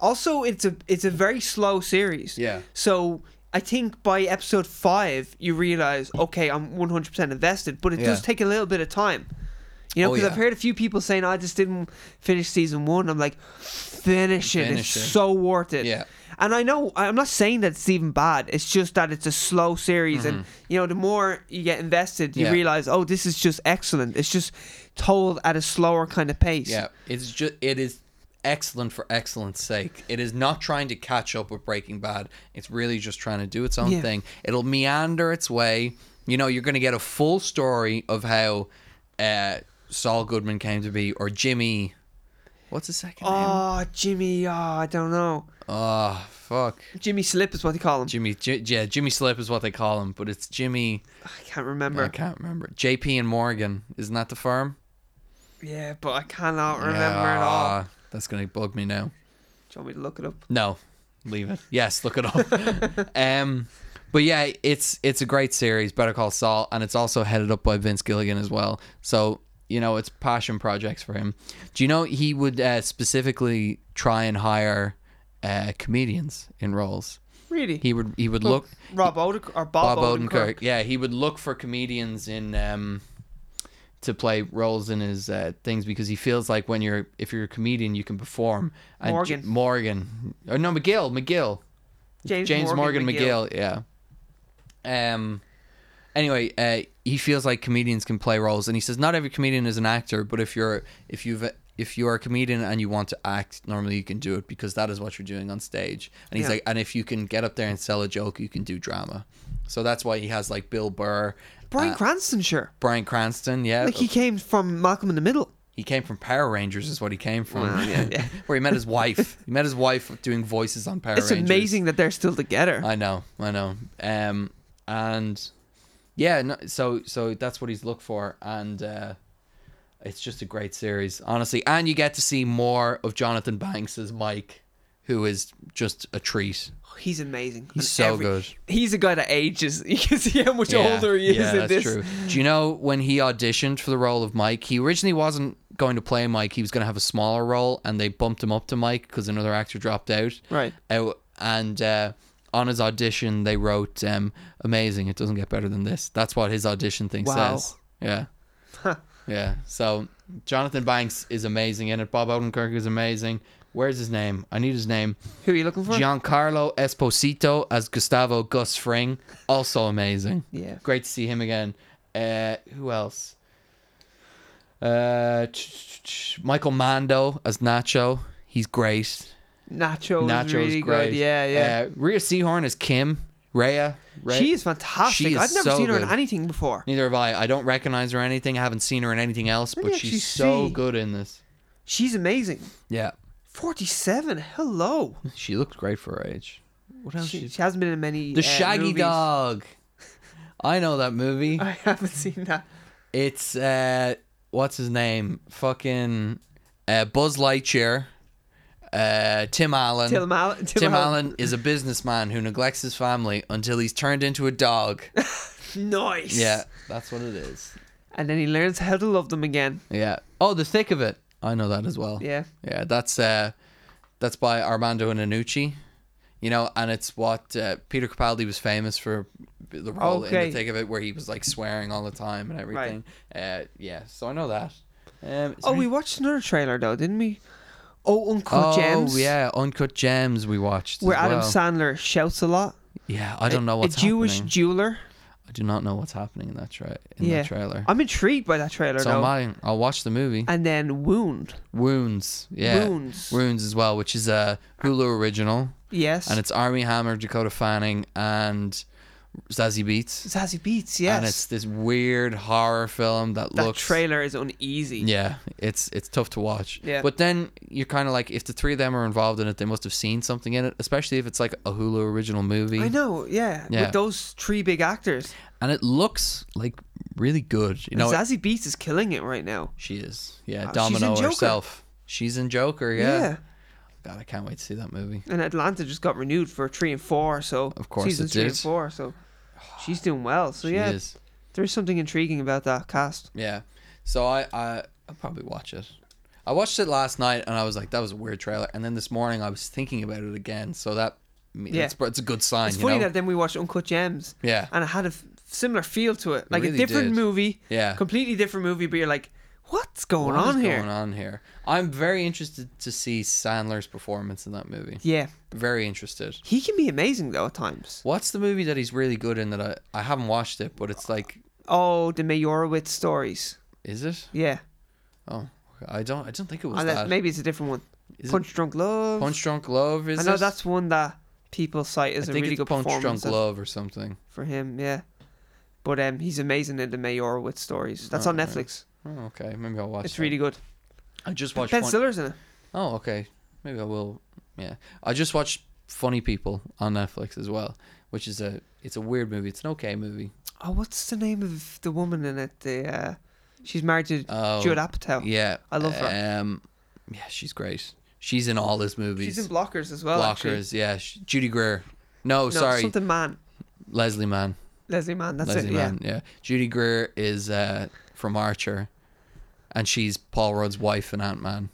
S2: Also, it's a it's a very slow series.
S1: Yeah.
S2: So I think by episode five, you realize okay, I'm 100% invested, but it
S1: Yeah.
S2: does take a little bit of time. You know,
S1: Oh,
S2: because
S1: yeah.
S2: I've heard a few people saying I just didn't finish season one. I'm like, finish it.
S1: Finish
S2: it's
S1: it.
S2: so worth it.
S1: Yeah.
S2: And I know I'm not saying that it's even bad. It's just that it's a slow series, and you know, the more you get invested, you
S1: Mm-hmm. Yeah.
S2: realize oh, this is just excellent. It's just told at a slower kind of pace.
S1: Yeah, it's just it is excellent for excellence sake. It is not trying to catch up with Breaking Bad. It's really just trying to do its own
S2: Yeah.
S1: thing. It'll meander its way. You know, you're going to get a full story of how uh, Saul Goodman came to be, or Jimmy. What's his second name?
S2: Oh, Jimmy. Oh, I don't know.
S1: Oh, fuck.
S2: Jimmy Slip is what they call him.
S1: Jimmy, J- yeah, Jimmy Slip is what they call him, but it's Jimmy.
S2: I can't remember.
S1: I can't remember. JP and Morgan, isn't that the firm?
S2: Yeah, but I cannot remember
S1: yeah,
S2: at all.
S1: Ah, That's gonna bug me now.
S2: Do you want me to look it up?
S1: No, leave it. Yes, look it up. um, but yeah, it's it's a great series, Better Call Saul, and it's also headed up by Vince Gilligan as well. So you know, it's passion projects for him. Do you know he would uh, specifically try and hire uh, comedians in roles?
S2: Really?
S1: He would he would look
S2: Rob Odenkirk or Bob,
S1: Bob Odenkirk.
S2: Odenkirk.
S1: Yeah, he would look for comedians in um, to play roles in his uh, things because he feels like when you're if you're a comedian you can perform. And
S2: Morgan.
S1: J- Morgan or no McGill McGill
S2: James,
S1: James Morgan,
S2: McGill.
S1: McGill. Yeah. Um. Anyway, uh, he feels like comedians can play roles, and he says not every comedian is an actor, but if you're if you've if you are a comedian and you want to act, normally you can do it because that is what you're doing on stage. And he's
S2: Yeah.
S1: like, and if you can get up there and sell a joke, you can do drama. So that's why he has like Bill Burr,
S2: Brian
S1: uh,
S2: Cranston, sure.
S1: Bryan Cranston. Yeah,
S2: Like he came from Malcolm in the Middle.
S1: he came from Power Rangers, is what he came from.
S2: Wow, yeah, yeah.
S1: [LAUGHS] Where he met his wife. He met his wife doing voices on Power
S2: It's
S1: Rangers. Uh,
S2: amazing that they're still together.
S1: I know, I know. Um, and yeah, no, so so that's what he's looked for, and uh, it's just a great series, honestly. And you get to see more of Jonathan Banks as Mike, who is just a treat.
S2: Oh, He's amazing.
S1: He's so
S2: And
S1: good.
S2: He's a guy that ages. [LAUGHS] You can see how much
S1: Yeah,
S2: older he is
S1: yeah,
S2: in
S1: that's
S2: this.
S1: True. Do you know when he auditioned for the role of Mike? He originally wasn't going to play Mike. He was going to have a smaller role, and they bumped him up to Mike because another actor dropped out.
S2: Right.
S1: Out and uh, on his audition, they wrote, um, "Amazing! It doesn't get better than this." That's what his audition thing
S2: Wow.
S1: says. Yeah. Yeah. So Jonathan Banks is amazing in it. Bob Odenkirk is amazing. Where's his name? I need his name.
S2: Who are you looking for?
S1: Giancarlo Esposito as Gustavo Gus Fring, also amazing.
S2: Yeah.
S1: great to see him again. Uh, who else? Uh, ch- ch- ch- Michael Mando as Nacho, he's great.
S2: Nacho, is
S1: Nacho's
S2: really
S1: great.
S2: good. Yeah, yeah.
S1: Uh, Rhea Seahorn as Kim. Rhea. Rhea.
S2: she is fantastic.
S1: She is
S2: I've never
S1: so
S2: seen her in
S1: good.
S2: anything before.
S1: Neither have I. I don't recognize her or anything. I haven't seen her in anything else,
S2: Let me
S1: but she's
S2: actually
S1: so
S2: see.
S1: good in this.
S2: She's amazing.
S1: Yeah,
S2: 47. Hello.
S1: she looked great for her age. What else?
S2: She,
S1: She,
S2: she hasn't been in many.
S1: the
S2: uh,
S1: Shaggy
S2: movies.
S1: Dog. I know that [LAUGHS] movie.
S2: [LAUGHS] I haven't seen
S1: Mm.
S2: that.
S1: It's uh, what's his name? Fucking uh, Buzz Lightyear. Uh, Tim Allen.
S2: Tim Allen. Tim,
S1: Tim Allen is a businessman who neglects his family until he's turned into a
S2: [LAUGHS]
S1: dog.
S2: Nice.
S1: Yeah, that's what it is.
S2: And then he learns how to love them again.
S1: Yeah. Oh, the thick of it. I know that as well.
S2: Yeah.
S1: Yeah. That's uh, that's by Armando Iannucci. You know, and it's what uh, Peter Capaldi was famous for the role in
S2: Okay.
S1: the thick of it, where he was like swearing all the time and everything. Uh, yeah. So I know that. Um, is
S2: Oh,
S1: there
S2: we watched another trailer though, didn't we? Oh, Uncut Gems.
S1: Oh yeah, Uncut Gems we watched.
S2: Where
S1: as
S2: Adam
S1: well.
S2: Sandler shouts a lot.
S1: Yeah, I don't know what's
S2: a Jewish
S1: happening.
S2: jeweler.
S1: I do not know what's happening in that tra- in
S2: Yeah.
S1: that trailer.
S2: I'm intrigued by that trailer
S1: so
S2: though.
S1: am I. I'll watch the movie.
S2: And then Wound.
S1: Wounds. Yeah.
S2: Wounds.
S1: Wounds as well, which is a Hulu original.
S2: Yes.
S1: And it's Army Hammer, Dakota Fanning, and Zazie Beats.
S2: Zazie Beats. Yes.
S1: And it's this weird horror film that,
S2: that
S1: looks
S2: trailer is uneasy.
S1: Yeah, it's it's tough to watch.
S2: Yeah.
S1: But then you're kind of like, if the three of them are involved in it, they must have seen something in it, especially if it's like a Hulu original movie.
S2: I know. Yeah.
S1: Yeah.
S2: With those three big actors,
S1: and it looks like really good. You know,
S2: Zazie Beats is killing it right now.
S1: she is. Yeah,
S2: Uh, she's in
S1: Domino
S2: Joker.
S1: herself. She's in Joker. Yeah. God, I can't wait to see that movie.
S2: And Atlanta just got renewed for three and four, so
S1: Of course
S2: season
S1: it
S2: three
S1: did.
S2: and four, so she's doing well. So
S1: She
S2: yeah,
S1: is.
S2: there's something intriguing about that cast.
S1: Yeah. So I, I I'll probably watch it. I watched it last night and I was like, that was a weird trailer. And then this morning I was thinking about it again. So that yeah.
S2: Yeah.
S1: it's, it's a good sign.
S2: It's
S1: you
S2: funny
S1: know?
S2: that then we watched Uncut Gems.
S1: Yeah.
S2: And it had a f- similar feel to it. Like
S1: really
S2: a different
S1: did.
S2: movie.
S1: Yeah.
S2: Completely different movie, but you're like, what's going
S1: What
S2: on
S1: is
S2: here?
S1: going on here? I'm very interested to see Sandler's performance in that movie.
S2: Yeah.
S1: Very interested.
S2: He can be amazing, though, at times.
S1: What's the movie that he's really good in that I, I haven't watched it, but it's like,
S2: Oh, the Mayorowitz stories.
S1: is it?
S2: Yeah.
S1: Oh, I don't I don't think it was
S2: and that,
S1: that.
S2: maybe it's a different one.
S1: Is it
S2: Punch Drunk Love.
S1: Punch Drunk Love is
S2: I know
S1: it?
S2: that's one that people cite as
S1: I
S2: a
S1: think
S2: really
S1: it's
S2: good
S1: Punch
S2: performance
S1: Drunk
S2: of-
S1: Love or something.
S2: for him, yeah. But um, he's amazing in the Mayorowitz stories. That's on Netflix.
S1: Oh, okay, maybe I'll watch.
S2: It's
S1: that.
S2: really good.
S1: I just watched.
S2: Ben
S1: Punch-
S2: Stiller's in it.
S1: Oh, okay. Maybe I will. Yeah, I just watched Funny People on Netflix as well, which is a it's a weird movie. It's an okay movie.
S2: Oh, what's the name of the woman in it? The uh, she's married to
S1: Oh,
S2: Judd Apatow.
S1: Yeah,
S2: I love her.
S1: Um, yeah, she's great. She's in all his movies.
S2: She's in Blockers as well. actually.
S1: Blockers. Yeah, sh Judy Greer. No,
S2: No,
S1: sorry,
S2: something man.
S1: Leslie Mann.
S2: Leslie Mann. That's
S1: Leslie
S2: it. Yeah.
S1: Mann. Yeah, Judy Greer is uh, from Archer, and she's Paul Rudd's wife in Ant Man.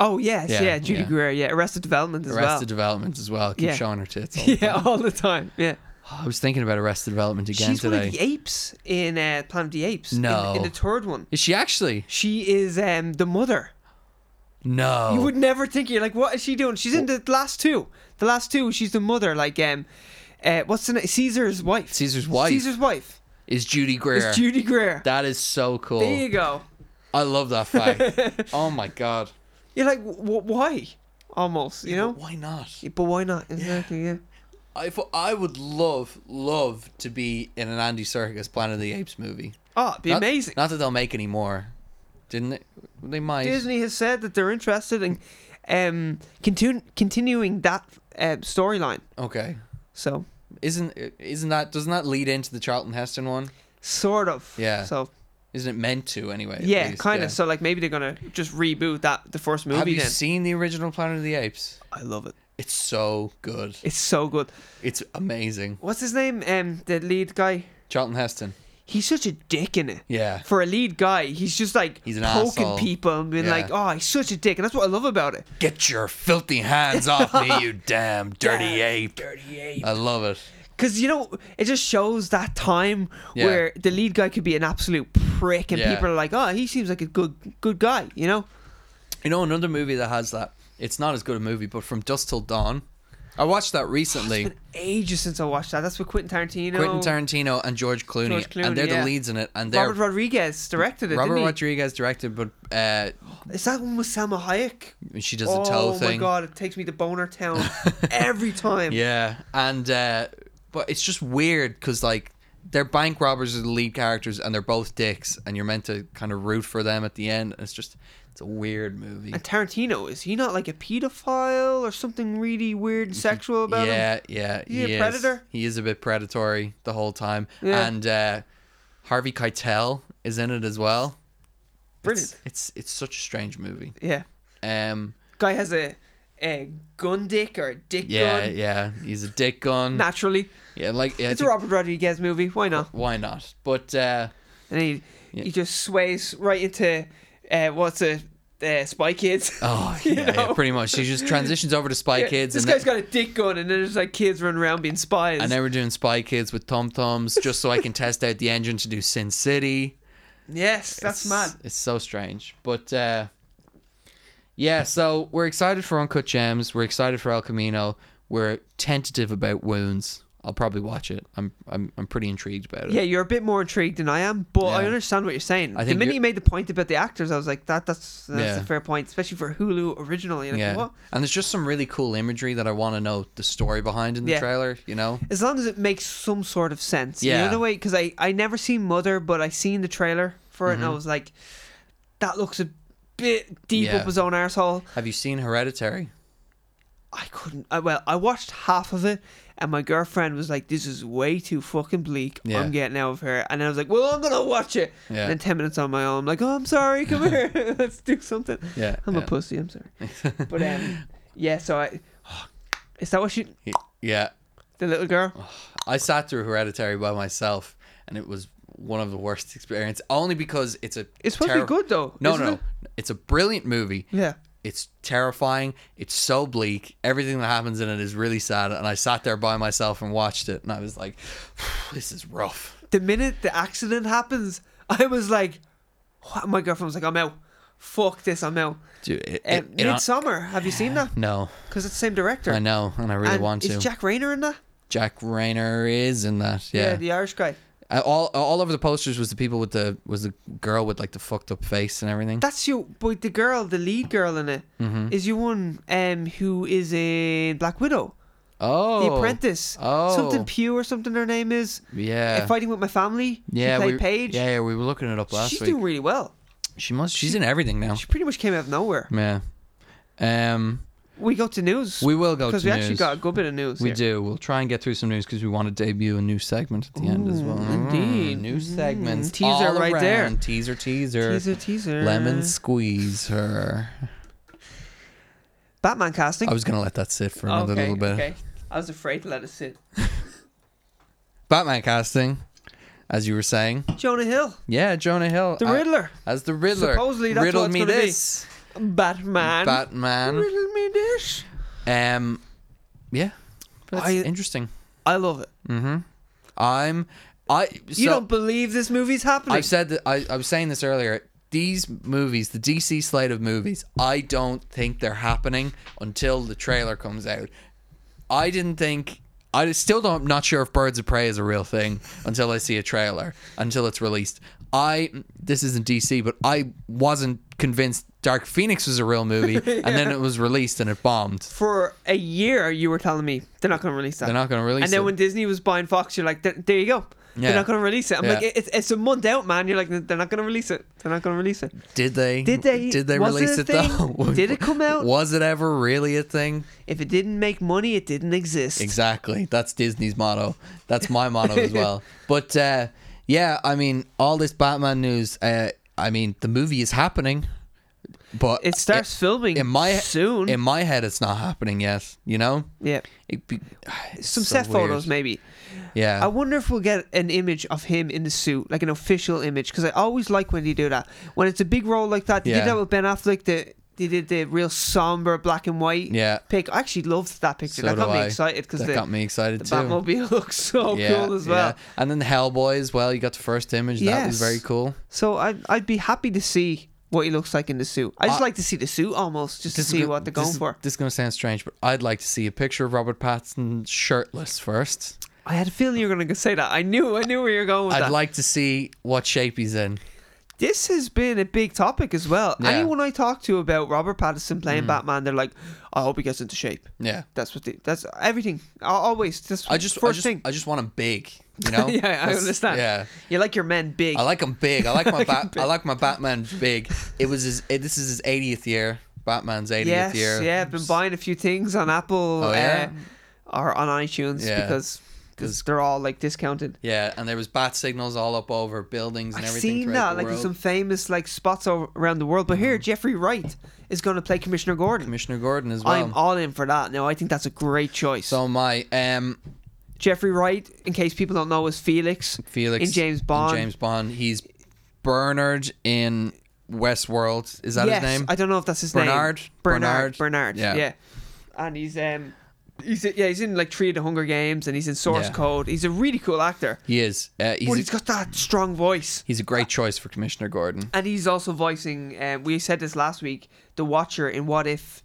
S2: Oh yes,
S1: Yeah,
S2: yeah. Judy
S1: yeah.
S2: Greer. Yeah. Arrested Development as
S1: Arrested Development as well. Keep
S2: Yeah.
S1: showing her tits.
S2: [LAUGHS]
S1: all
S2: well.
S1: the
S2: yeah,
S1: time.
S2: all the time. Yeah.
S1: I was thinking about Arrested Development again
S2: She's
S1: today.
S2: one of the e- apes in uh, Planet of the Apes. in-
S1: No.
S2: In, the third one,
S1: Is she actually?
S2: she is um, the mother.
S1: No.
S2: You would never think you're like, what is she doing? She's in the last two. The last two, she's the mother. Like um, uh, what's the name? Caesar's wife.
S1: Caesar's wife
S2: Caesar's wife.
S1: is Judy Greer.
S2: It's Judy Greer.
S1: that is so cool.
S2: There you go. [LAUGHS]
S1: I love that fact. oh my god.
S2: You're like, w- w- why? Almost, you know.
S1: Why not?
S2: But why not? Exactly. Yeah.
S1: I, if- I would love, love to be in an Andy Serkis Planet of the Apes movie.
S2: Oh, it'd be
S1: Not-
S2: amazing.
S1: Not that they'll make any more. Didn't they? They might.
S2: Disney has said that they're interested in um, continu- continuing that um, storyline.
S1: Okay.
S2: So,
S1: Isn't isn't that doesn't that lead into the Charlton Heston one?
S2: sort of.
S1: Yeah.
S2: So,
S1: Isn't it meant to anyway? at
S2: yeah,
S1: least?
S2: kind of.
S1: Yeah.
S2: So, like, maybe they're gonna just reboot that the first movie.
S1: Have you
S2: then.
S1: seen the original Planet of the Apes?
S2: I love it.
S1: It's so good.
S2: It's so good.
S1: It's amazing.
S2: What's his name? Um, the lead guy.
S1: Charlton Heston.
S2: He's such a dick in it.
S1: Yeah.
S2: For a lead guy, he's just like
S1: He's an
S2: poking
S1: asshole.
S2: people and being
S1: Yeah.
S2: like, "Oh, he's such a dick," and that's what I love about it.
S1: Get your filthy
S2: [LAUGHS]
S1: hands off me, you damn dirty ape.
S2: Dirty ape.
S1: I love it.
S2: Because you know, it just shows that time
S1: Yeah.
S2: where the lead guy could be an absolute prick, and
S1: Yeah.
S2: people are like, "Oh, he seems like a good good guy," you know.
S1: You know, another movie that has that. It's not as good a movie, but From Dusk Till Dawn. I watched that recently.
S2: It's been ages since I watched that. That's with Quentin Tarantino.
S1: Quentin Tarantino and George Clooney,
S2: George Clooney,
S1: and they're
S2: yeah.
S1: the leads in it. And they're
S2: Robert Rodriguez directed it.
S1: Robert
S2: didn't he?
S1: Rodriguez directed, but uh,
S2: Is that one with Selma Hayek?
S1: she does
S2: oh
S1: the toe
S2: my
S1: thing.
S2: god, it takes me to Boner Town
S1: [LAUGHS]
S2: every time.
S1: Yeah, and uh, but it's just weird because like they're bank robbers are the lead characters, and they're both dicks, and you're meant to kind of root for them at the end. And it's just it's a weird movie.
S2: And Tarantino, is he not like a pedophile or something really weird and sexual about him?
S1: Yeah, yeah,
S2: He a
S1: is.
S2: predator?
S1: He is a bit predatory the whole time,
S2: Yeah.
S1: and uh, Harvey Keitel is in it as well.
S2: Brilliant.
S1: It's, it's it's such a strange movie.
S2: Yeah.
S1: Um,
S2: Guy has a, a gun dick or a dick
S1: yeah,
S2: gun.
S1: yeah, he's a dick gun.
S2: Naturally.
S1: Yeah, like yeah, I
S2: It's a
S1: think-
S2: Robert Rodriguez movie. Why not?
S1: why not? But uh,
S2: And he
S1: Yeah.
S2: he just sways right into uh, what's it? Uh, Spy Kids.
S1: oh yeah,
S2: [LAUGHS] You
S1: yeah,
S2: know?
S1: pretty much. He just transitions over to Spy
S2: Yeah,
S1: Kids,
S2: This
S1: and
S2: guy's
S1: then,
S2: got a dick gun, and then there's like kids running around being spies.
S1: and then we're doing Spy Kids with Tom Toms just so I can test out the engine to do Sin City.
S2: yes, that's
S1: it's,
S2: mad.
S1: It's so strange. But uh, yeah, so we're excited for Uncut Gems. We're excited for El Camino. We're tentative about Wounds. I'll probably watch it. I'm I'm, I'm pretty intrigued about it.
S2: Yeah, you're a bit more intrigued than I am, but I
S1: Yeah.
S2: understand what you're saying.
S1: I
S2: the
S1: think
S2: minute
S1: you're-
S2: you made the point about the actors, I was like, that that's that's
S1: Yeah.
S2: a fair point, especially for Hulu original. You're like,
S1: Yeah.
S2: what?
S1: And there's just some really cool imagery that I want to know the story behind in the
S2: Yeah.
S1: trailer, you know?
S2: As long as it makes some sort of sense. You
S1: Yeah.
S2: know the way because I I never seen Mother, but I seen the trailer for it, and I
S1: Mm-hmm.
S2: was like, that looks a bit deep
S1: Yeah.
S2: up his own arsehole.
S1: Have you seen Hereditary?
S2: I couldn't. I, well, I watched half of it, and my girlfriend was like, "This is way too fucking bleak.
S1: Yeah.
S2: I'm getting out of here." And I was like, "Well, I'm gonna watch it."
S1: Yeah.
S2: And then ten minutes on my own, I'm like, "Oh, I'm sorry. Come
S1: [LAUGHS]
S2: here. [LAUGHS] Let's do something."
S1: Yeah.
S2: I'm
S1: yeah.
S2: a pussy. I'm
S1: [LAUGHS]
S2: sorry. But um, yeah. So I oh, is that what she
S1: yeah.
S2: the little girl?
S1: Oh, I sat through Hereditary by myself and it was one of the worst experiences only because it's a
S2: It's supposed
S1: terri-
S2: to be good though.
S1: No,
S2: isn't
S1: no,
S2: it?
S1: it's a brilliant movie.
S2: Yeah.
S1: It's terrifying. It's so bleak. Everything that happens in it is really sad. And I sat there by myself and watched it, and I was like, [SIGHS] "This is rough."
S2: The minute the accident happens, I was like, what? my girlfriend was like, "I'm out. Fuck this. I'm out."
S1: Dude, it, it,
S2: Um,
S1: it-
S2: Midsummer. Have you seen that?
S1: no,
S2: Because it's the same director.
S1: I know, and I really
S2: uh, And
S1: want to.
S2: Is
S1: Jack-,
S2: Jack Rayner in that?
S1: Rayner is in that.
S2: Yeah,
S1: Yeah,
S2: the Irish guy.
S1: Uh, all all over the posters was the people with the was the girl with like the fucked up face and everything.
S2: That's you, but the girl, the lead girl in it, is
S1: Mm-hmm.
S2: your one um, who is in Black Widow,
S1: oh,
S2: The Apprentice,
S1: Oh.
S2: something Pew or something. Her name is.
S1: Yeah,
S2: Uh, Fighting with my family.
S1: yeah,
S2: she played
S1: we,
S2: Paige.
S1: Yeah, yeah, we were looking it up last
S2: she's
S1: week.
S2: doing really well.
S1: she must. She's in everything now.
S2: She pretty much came out of nowhere.
S1: yeah. Um,
S2: We go to news
S1: we will go to
S2: because we actually
S1: news.
S2: got a good bit of news.
S1: We
S2: here.
S1: do. We'll try and get through some news because we want to debut a new segment at the end as well.
S2: indeed.
S1: Mm, new segments.
S2: Mm, Mm-hmm. teaser
S1: all
S2: right
S1: around.
S2: there.
S1: Teaser, teaser.
S2: Teaser, teaser.
S1: Lemon squeeze her.
S2: Batman casting.
S1: I was gonna let that sit for another
S2: okay,
S1: little bit.
S2: Okay. I was afraid to let it sit.
S1: Batman casting, as you were saying.
S2: Jonah Hill,
S1: Yeah, Jonah Hill
S2: the
S1: I-
S2: Riddler,
S1: as the Riddler.
S2: Supposedly that's
S1: Riddle
S2: what it's
S1: me
S2: gonna be.
S1: this,
S2: Batman.
S1: Batman.
S2: Riddle me this.
S1: Um, yeah, that's
S2: I-
S1: interesting.
S2: I love it.
S1: I'm. I.
S2: You
S1: so-
S2: don't believe this movie's happening.
S1: I've said that I, I was saying this earlier. These movies, the DC slate of movies, I don't think they're happening until the trailer comes out. I didn't think. I still don't. Not sure if Birds of Prey is a real thing until I see a trailer, until it's released. I this isn't DC, but I wasn't convinced Dark Phoenix was a real movie,
S2: [LAUGHS]
S1: and then it was released and it bombed.
S2: For a year, you were telling me they're not going to release that.
S1: They're not going to release
S2: and then
S1: it.
S2: when Disney was buying Fox, you're like, "There- there you go.
S1: Yeah.
S2: They're not going to release it. I'm like,
S1: Yeah.
S2: it's, it's a month out, man. You're like, they're not going to release it. They're not going to release it.
S1: did they?
S2: Did they-
S1: Did they
S2: was it
S1: release
S2: a
S1: it though?
S2: thing? Did it
S1: [LAUGHS]
S2: come out?
S1: Was it ever really a thing?
S2: If it didn't make money, it didn't exist.
S1: Exactly. That's Disney's motto. That's my motto as
S2: [LAUGHS]
S1: well. But uh, yeah, I mean, all this Batman news. Uh, I mean, the movie is happening. But
S2: It starts filming
S1: in my
S2: soon.
S1: In my head, it's not happening yet. You know,
S2: yeah,
S1: It be- [SIGHS] it's
S2: some
S1: so
S2: set
S1: weird.
S2: photos maybe.
S1: Yeah,
S2: I wonder if we'll get an image of him in the suit, like an official image, because I always like when they do that. When it's a big role like that, they
S1: Yeah.
S2: did that with Ben Affleck. The they did the real somber black and white
S1: Yeah.
S2: pic. I actually loved that picture.
S1: Uh, So
S2: that got
S1: do
S2: me
S1: I.
S2: excited because
S1: that
S2: the,
S1: got me excited
S2: the
S1: too.
S2: Batmobile [LAUGHS] looks so cool as well.
S1: And then Hellboy as well. You got the first image. That was
S2: Yes.
S1: very cool.
S2: So I'd, I'd be happy to see what he looks like in the suit. I just
S1: I-
S2: like to see the suit almost, just to
S1: is
S2: see
S1: go-
S2: what they're
S1: this
S2: going
S1: is-
S2: for.
S1: This is going to sound strange, but I'd like to see a picture of Robert Pattinson shirtless first.
S2: I had a feeling you were going to say that. I knew, I knew where you were going with
S1: I'd
S2: that.
S1: like to see what shape he's in.
S2: this has been a big topic as well.
S1: Yeah. Hmm.
S2: Anyone I talk to about Robert Pattinson playing Batman, they're like, "I hope he gets into shape."
S1: Yeah.
S2: That's what. They, that's everything. Al- Always. That's
S1: I just,
S2: first
S1: I just,
S2: thing.
S1: I just want him big. You know?
S2: [LAUGHS] yeah, I
S1: That's-
S2: understand.
S1: Yeah.
S2: you like your men big.
S1: I like him big. I
S2: [LAUGHS]
S1: like my
S2: him
S1: bat.
S2: big.
S1: I like my Batman big. It was his. It, this is his 80th year. Batman's 80th
S2: yes,
S1: year.
S2: yeah. I've been buying a few things on Apple
S1: Oh, yeah?
S2: uh, or on iTunes
S1: Yeah.
S2: because because
S1: 'Cause-
S2: they're all like discounted.
S1: Yeah, and there was bat signals all up over buildings and
S2: I've
S1: everything.
S2: seen
S1: throughout
S2: that.
S1: the
S2: Like
S1: world. Mm-hmm.
S2: there's some famous like spots o- around the world. But here, Jeffrey Wright is going to play Commissioner Gordon.
S1: Commissioner Gordon as well.
S2: I'm all in for that. Now I think that's a great choice.
S1: so my um,
S2: Jeffrey Wright, in case people don't know, is Felix.
S1: Felix
S2: in James Bond.
S1: James Bond. He's Bernard in Westworld. Is that
S2: yes,
S1: his name?
S2: I don't know if that's his
S1: Bernard?
S2: name.
S1: Bernard?
S2: Bernard. Bernard.
S1: Yeah.
S2: Yeah. And he's um, he's yeah, he's in like three of the Hunger Games, and he's in Source
S1: Yeah.
S2: Code. He's a really cool actor.
S1: he is. Uh, he's,
S2: Well,
S1: a,
S2: he's got that strong voice,
S1: he's a great choice for Commissioner Gordon.
S2: and he's also voicing. Um, we said this last week. The Watcher in What If,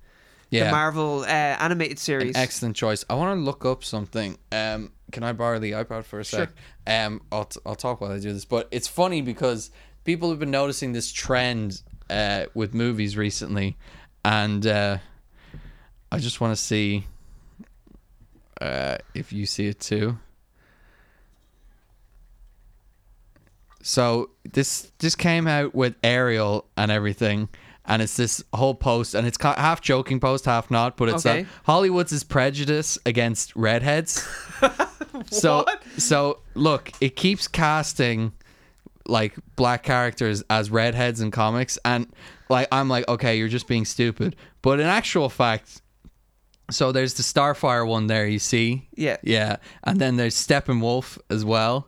S1: Yeah,
S2: the Marvel uh, animated series.
S1: excellent choice. I want to look up something. Um, can I borrow the iPad for a sec? Um, I'll t- I'll talk while I do this. But it's funny because people have been noticing this trend uh, with movies recently, and uh, I just want to see uh, if you see it too. So this this came out with Ariel and everything, and it's this whole post, and it's ki- half joking post, half not, but it's
S2: Okay.
S1: that Hollywood's is prejudice against
S2: [LAUGHS]
S1: redheads. so
S2: What?
S1: so look, it keeps casting like black characters as redheads in comics, and like I'm like, okay, you're just being stupid. But in actual fact, so there's the Starfire one there, you see?
S2: Yeah.
S1: Yeah. And then there's Steppenwolf as well.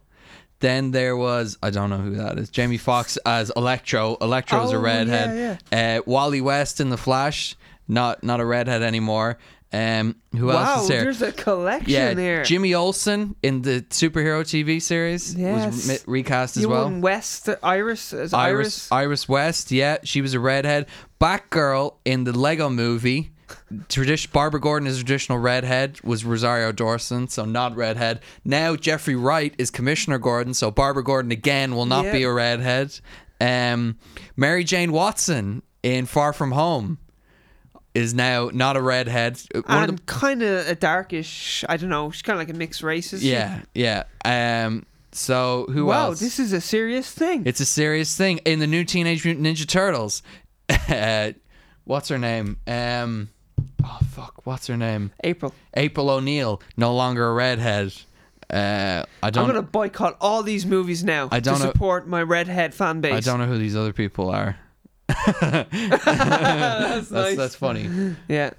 S1: Then there was I don't know who that is. Jamie Foxx as Electro. Electro's a
S2: Oh, yeah,
S1: redhead. Uh, Wally West in the Flash, not not a redhead anymore. Um, who else
S2: Wow,
S1: is there?
S2: there's a collection
S1: yeah,
S2: there.
S1: Jimmy Olsen in the superhero TV series was
S2: Yes.
S1: re- recast as
S2: you
S1: well.
S2: and West Iris is
S1: Iris uh,
S2: Iris.
S1: Iris West, yeah, she was a redhead. Batgirl in the Lego movie. Tradition Barbara Gordon is a traditional redhead, was Rosario Dawson, so not redhead. Now Jeffrey Wright is Commissioner Gordon, so Barbara Gordon again will not
S2: Yeah.
S1: be a redhead. Um Mary Jane Watson in Far From Home is now not a redhead. Uh, One of the-
S2: and kind of a darkish. I don't know. She's kind of like a mixed race. isn't she?
S1: yeah, yeah. Um so who
S2: Wow,
S1: else?
S2: this is a serious thing.
S1: It's a serious thing. In the new Teenage Mutant Ninja Turtles, [LAUGHS] uh, what's her name? Um, oh fuck, what's her name?
S2: April.
S1: April O'Neil, no longer a redhead. Uh, I
S2: I'm
S1: don't.
S2: gonna boycott all these movies now
S1: I don't
S2: to
S1: know-
S2: support my redhead fan base.
S1: I
S2: [LAUGHS]
S1: don't know who these other people are.
S2: That's,
S1: That's
S2: nice.
S1: that's
S2: [LAUGHS]
S1: funny.
S2: yeah,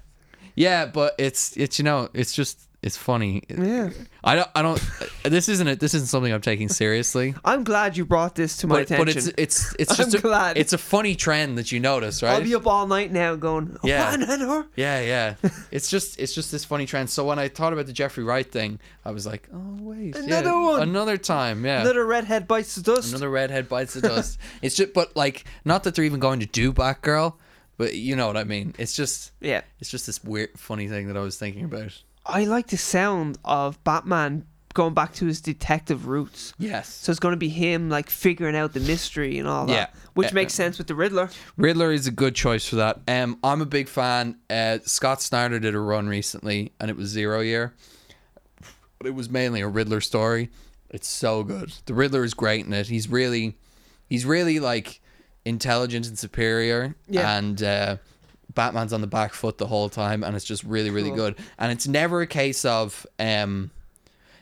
S1: Yeah, but it's it's you know it's just it's funny.
S2: yeah.
S1: I don't I don't. [LAUGHS] This isn't it. This isn't something I'm taking seriously.
S2: I'm glad you brought this to my
S1: But,
S2: attention.
S1: but it's it's it's
S2: [LAUGHS] I'm
S1: just a,
S2: glad.
S1: it's a funny trend that you notice, right?
S2: I'll be up all night now going. Oh,
S1: Yeah.
S2: yeah. Her?
S1: Yeah, yeah. [LAUGHS] it's just it's just this funny trend. So when I thought about the Jeffrey Wright thing, I was like, oh wait, yeah,
S2: Another one.
S1: another time, yeah, [LAUGHS] another,
S2: Another redhead bites the dust.
S1: redhead bites the
S2: [LAUGHS]
S1: dust. it's just, but like, not that they're even going to do Batgirl, but you know what I mean. It's just,
S2: Yeah.
S1: it's just this weird, funny thing that I was thinking about.
S2: I like the sound of Batman going back to his detective roots.
S1: Yes,
S2: So it's going to be him like figuring out the mystery and all that,
S1: Yeah.
S2: which
S1: Uh,
S2: makes sense with the Riddler.
S1: Riddler is a good choice for that. Um, I'm a big fan. Uh, Scott Snyder did a run recently, and it was zero year. But it was mainly a Riddler story. It's so good. The Riddler is great in it. He's really, he's really like intelligent and superior.
S2: Yeah.
S1: And uh, Batman's on the back foot the whole time, and it's just really, really
S2: Cool.
S1: good. And it's never a case of, um,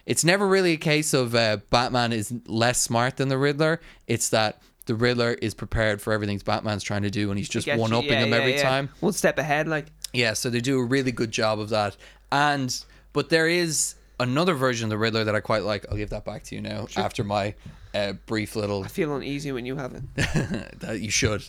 S1: it's never really a case of uh, Batman is less smart than the Riddler. It's that the Riddler is prepared for everything Batman's trying to do, and he's just
S2: Get you-
S1: one upping
S2: yeah,
S1: him
S2: yeah,
S1: every
S2: yeah.
S1: time.
S2: One step ahead, like
S1: Yeah, so they do a really good job of that. And but there is another version of the Riddler that I quite like. I'll give that back to you now after my uh, brief
S2: [LAUGHS]
S1: little [LAUGHS]
S2: I feel uneasy when you haven't.
S1: that you should.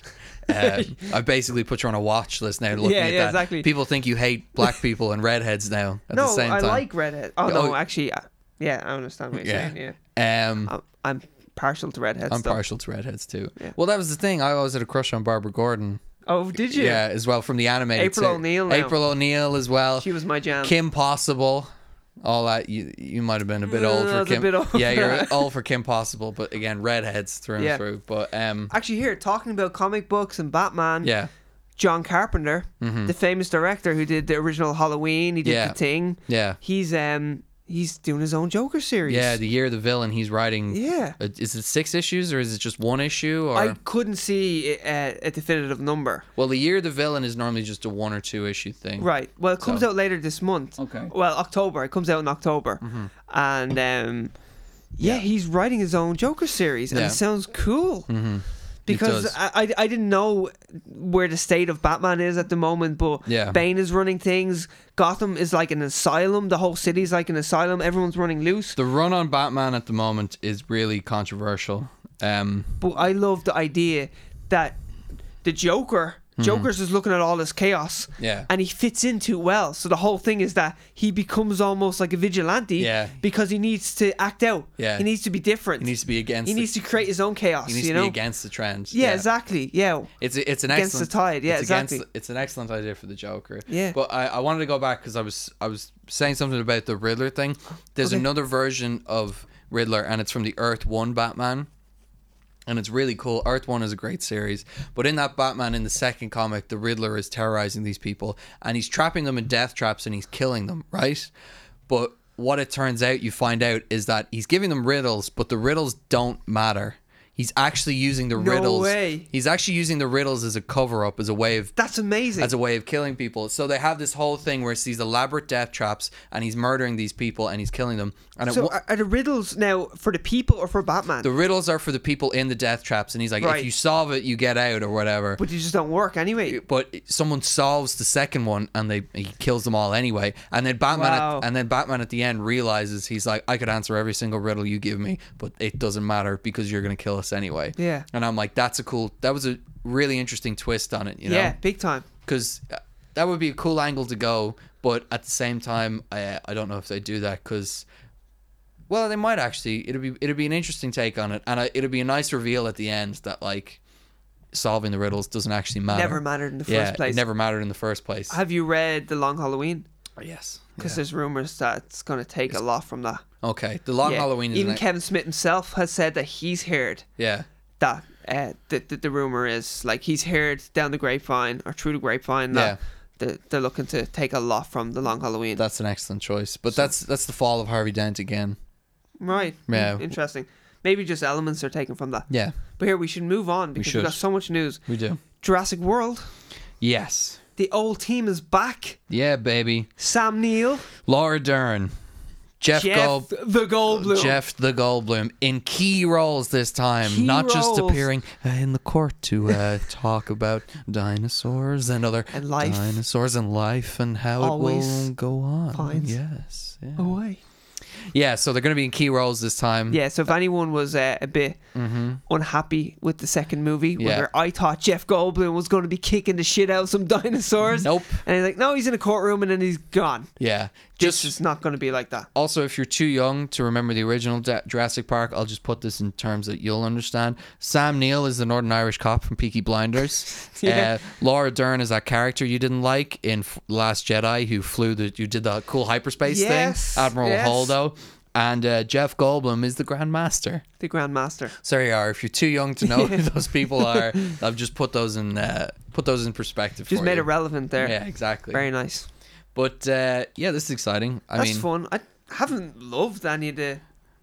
S1: Uh,
S2: [LAUGHS]
S1: I basically put you on a watch list now. Looking
S2: Yeah,
S1: at
S2: yeah,
S1: that.
S2: exactly.
S1: People think you hate black people and redheads now. At the
S2: no,
S1: same
S2: I
S1: time.
S2: like redhead. Oh,
S1: Yeah,
S2: no,
S1: oh-
S2: actually, I- yeah, I understand what you're
S1: Yeah.
S2: saying. Yeah,
S1: Um,
S2: I'm, I'm partial to redheads.
S1: I'm
S2: though.
S1: partial to redheads too.
S2: Yeah.
S1: Well, that was the thing. I always had a crush on Barbara Gordon.
S2: Oh, did you?
S1: Yeah, as well from the animated.
S2: April
S1: ser-
S2: O'Neil now.
S1: April O'Neil as well.
S2: She was um, my jam.
S1: Kim Possible. All that you you might have been a bit
S2: Mm,
S1: old
S2: I
S1: for
S2: was a
S1: Kim.
S2: bit old
S1: yeah,
S2: for
S1: you're
S2: that.
S1: old for Kim Possible, but again, redheads through
S2: Yeah.
S1: and through. But um,
S2: Actually, here talking about comic books and Batman.
S1: yeah, Mm-hmm.
S2: John Carpenter, the famous director who did the original Halloween, he did
S1: Yeah.
S2: the Thing.
S1: yeah,
S2: He's um he's doing his own Joker series.
S1: yeah. The year of the villain. He's writing.
S2: Yeah.
S1: Uh, Is it six issues or is it just one issue? Or
S2: I couldn't see a, a definitive number.
S1: well, the year of the villain is normally just a one or two issue thing.
S2: Right. Well, it comes
S1: So-
S2: out later this month.
S1: Okay. Mm-hmm.
S2: Well, October. It comes out in October. And um, yeah, he's writing his own Joker series, and
S1: Yeah. Mm-hmm.
S2: it sounds cool. Because
S1: does.
S2: I, I I didn't know where the state of Batman is at the moment, but
S1: Yeah.
S2: Bane is running things. Gotham is like an asylum. The whole city's like an asylum. Everyone's running loose.
S1: The run on Batman at the moment is really controversial. Um,
S2: But I love the idea that the Joker, Joker's is looking at all this chaos,
S1: Hmm. Yeah.
S2: and he fits in too well. So the whole thing is that he becomes almost like a vigilante,
S1: Yeah.
S2: because he needs to act out.
S1: Yeah.
S2: he needs to be different.
S1: he needs to be against.
S2: He
S1: the-
S2: needs to create his own chaos.
S1: he needs
S2: you
S1: to
S2: know.
S1: be against the trend.
S2: yeah, exactly. Yeah.
S1: It's it's an
S2: Against the
S1: excellent
S2: tide, yeah,
S1: it's
S2: exactly.
S1: Against, it's an excellent idea for the Joker.
S2: Yeah.
S1: But I, I wanted to go back because I was I was saying something about the Riddler thing. There's
S2: Okay.
S1: another version of Riddler, and it's from the Earth One Batman, and it's really cool. Earth One is a great series, but in that Batman, in the second comic, the Riddler is terrorizing these people, and he's trapping them in death traps, and he's killing them, right? But what it turns out you find out is that he's giving them riddles, but the riddles don't matter. He's actually using the
S2: No
S1: riddles.
S2: way.
S1: He's actually using the riddles as a cover up, as a way of
S2: That's amazing.
S1: as a way of killing people. So they have this whole thing where it's these elaborate death traps, and he's murdering these people and he's killing them. And it,
S2: so
S1: wa-
S2: are, are the riddles now for the people or for Batman?
S1: the riddles are for the people in the death traps, and he's like,
S2: Right.
S1: if you solve it, you get out or whatever.
S2: but they just don't work anyway.
S1: But someone solves the second one, and they he kills them all anyway. And then Batman,
S2: Wow.
S1: at, and then Batman at the end realizes he's like, I could answer every single riddle you give me, but it doesn't matter because you're gonna kill us anyway.
S2: Yeah.
S1: And I'm like, that's a cool. That was a really interesting twist on it. You know.
S2: Yeah, big time.
S1: because uh, that would be a cool angle to go. But at the same time, I I don't know if they do that because, well, they might actually. It'd be it'd be an interesting take on it, and I, it'd be a nice reveal at the end that like solving the riddles doesn't actually matter.
S2: Never mattered in the first
S1: yeah, it
S2: place.
S1: never mattered in the first place.
S2: Have you read The Long Halloween?
S1: Oh, yes.
S2: Because
S1: Yeah.
S2: there's rumors that it's going to take a lot from that.
S1: Okay. The long
S2: Yeah.
S1: Halloween is
S2: Even
S1: an-
S2: Kevin Smith himself has said that he's heard
S1: yeah.
S2: that uh, the, the the rumor is like he's heard down the grapevine or through the grapevine that they're, they're looking to take a lot from the Long Halloween.
S1: That's an excellent choice, but that's that's the fall of Harvey Dent again.
S2: right. Hmm,
S1: Yeah.
S2: Interesting. Maybe just elements are taken from that.
S1: Yeah,
S2: But here we should move on because we
S1: should.
S2: have got so much news.
S1: we do.
S2: Jurassic World.
S1: Yes.
S2: The old team is back.
S1: Yeah, baby.
S2: Sam Neill,
S1: Laura Dern, Jeff,
S2: Jeff
S1: Gold,
S2: the Goldblum.
S1: Jeff the Goldblum in key roles this time,
S2: Key
S1: not just
S2: roles.
S1: appearing uh, in the court to
S2: [LAUGHS]
S1: uh, talk about dinosaurs and other
S2: And life.
S1: dinosaurs and life and how it
S2: Always
S1: will go on.
S2: finds Oh.
S1: Yes. Yeah.
S2: Away.
S1: yeah, so they're going to be in key roles this time.
S2: Yeah, so if anyone was uh, a bit unhappy with the second movie,
S1: Mm-hmm. Yeah.
S2: where I thought Jeff Goldblum was going to be kicking the shit out of some [LAUGHS] dinosaurs,
S1: Nope.
S2: and he's like, no, he's in a courtroom and then he's gone.
S1: Yeah.
S2: Just
S1: Just
S2: this is not going to be like that.
S1: also, if you're too young to remember the original Ja- Jurassic Park, I'll just put this in terms that you'll understand. Sam Neill is the Northern Irish cop from Peaky
S2: [LAUGHS]
S1: Blinders. uh,
S2: Yeah.
S1: Laura Dern is that character you didn't like in F- Last Jedi, who flew the, who did the cool hyperspace
S2: Yes,
S1: thing, Admiral
S2: yes.
S1: Holdo, and uh, Jeff Goldblum is the Grand Master.
S2: The Grandmaster.
S1: Sorry, R, if you're too young to
S2: [LAUGHS]
S1: know who those people are, I've just put those in uh, put those in perspective.
S2: Just
S1: for
S2: made
S1: you.
S2: it relevant there.
S1: Yeah, exactly.
S2: Very nice.
S1: But uh, yeah, this is exciting. I
S2: That's
S1: mean,
S2: fun. I haven't loved any of the,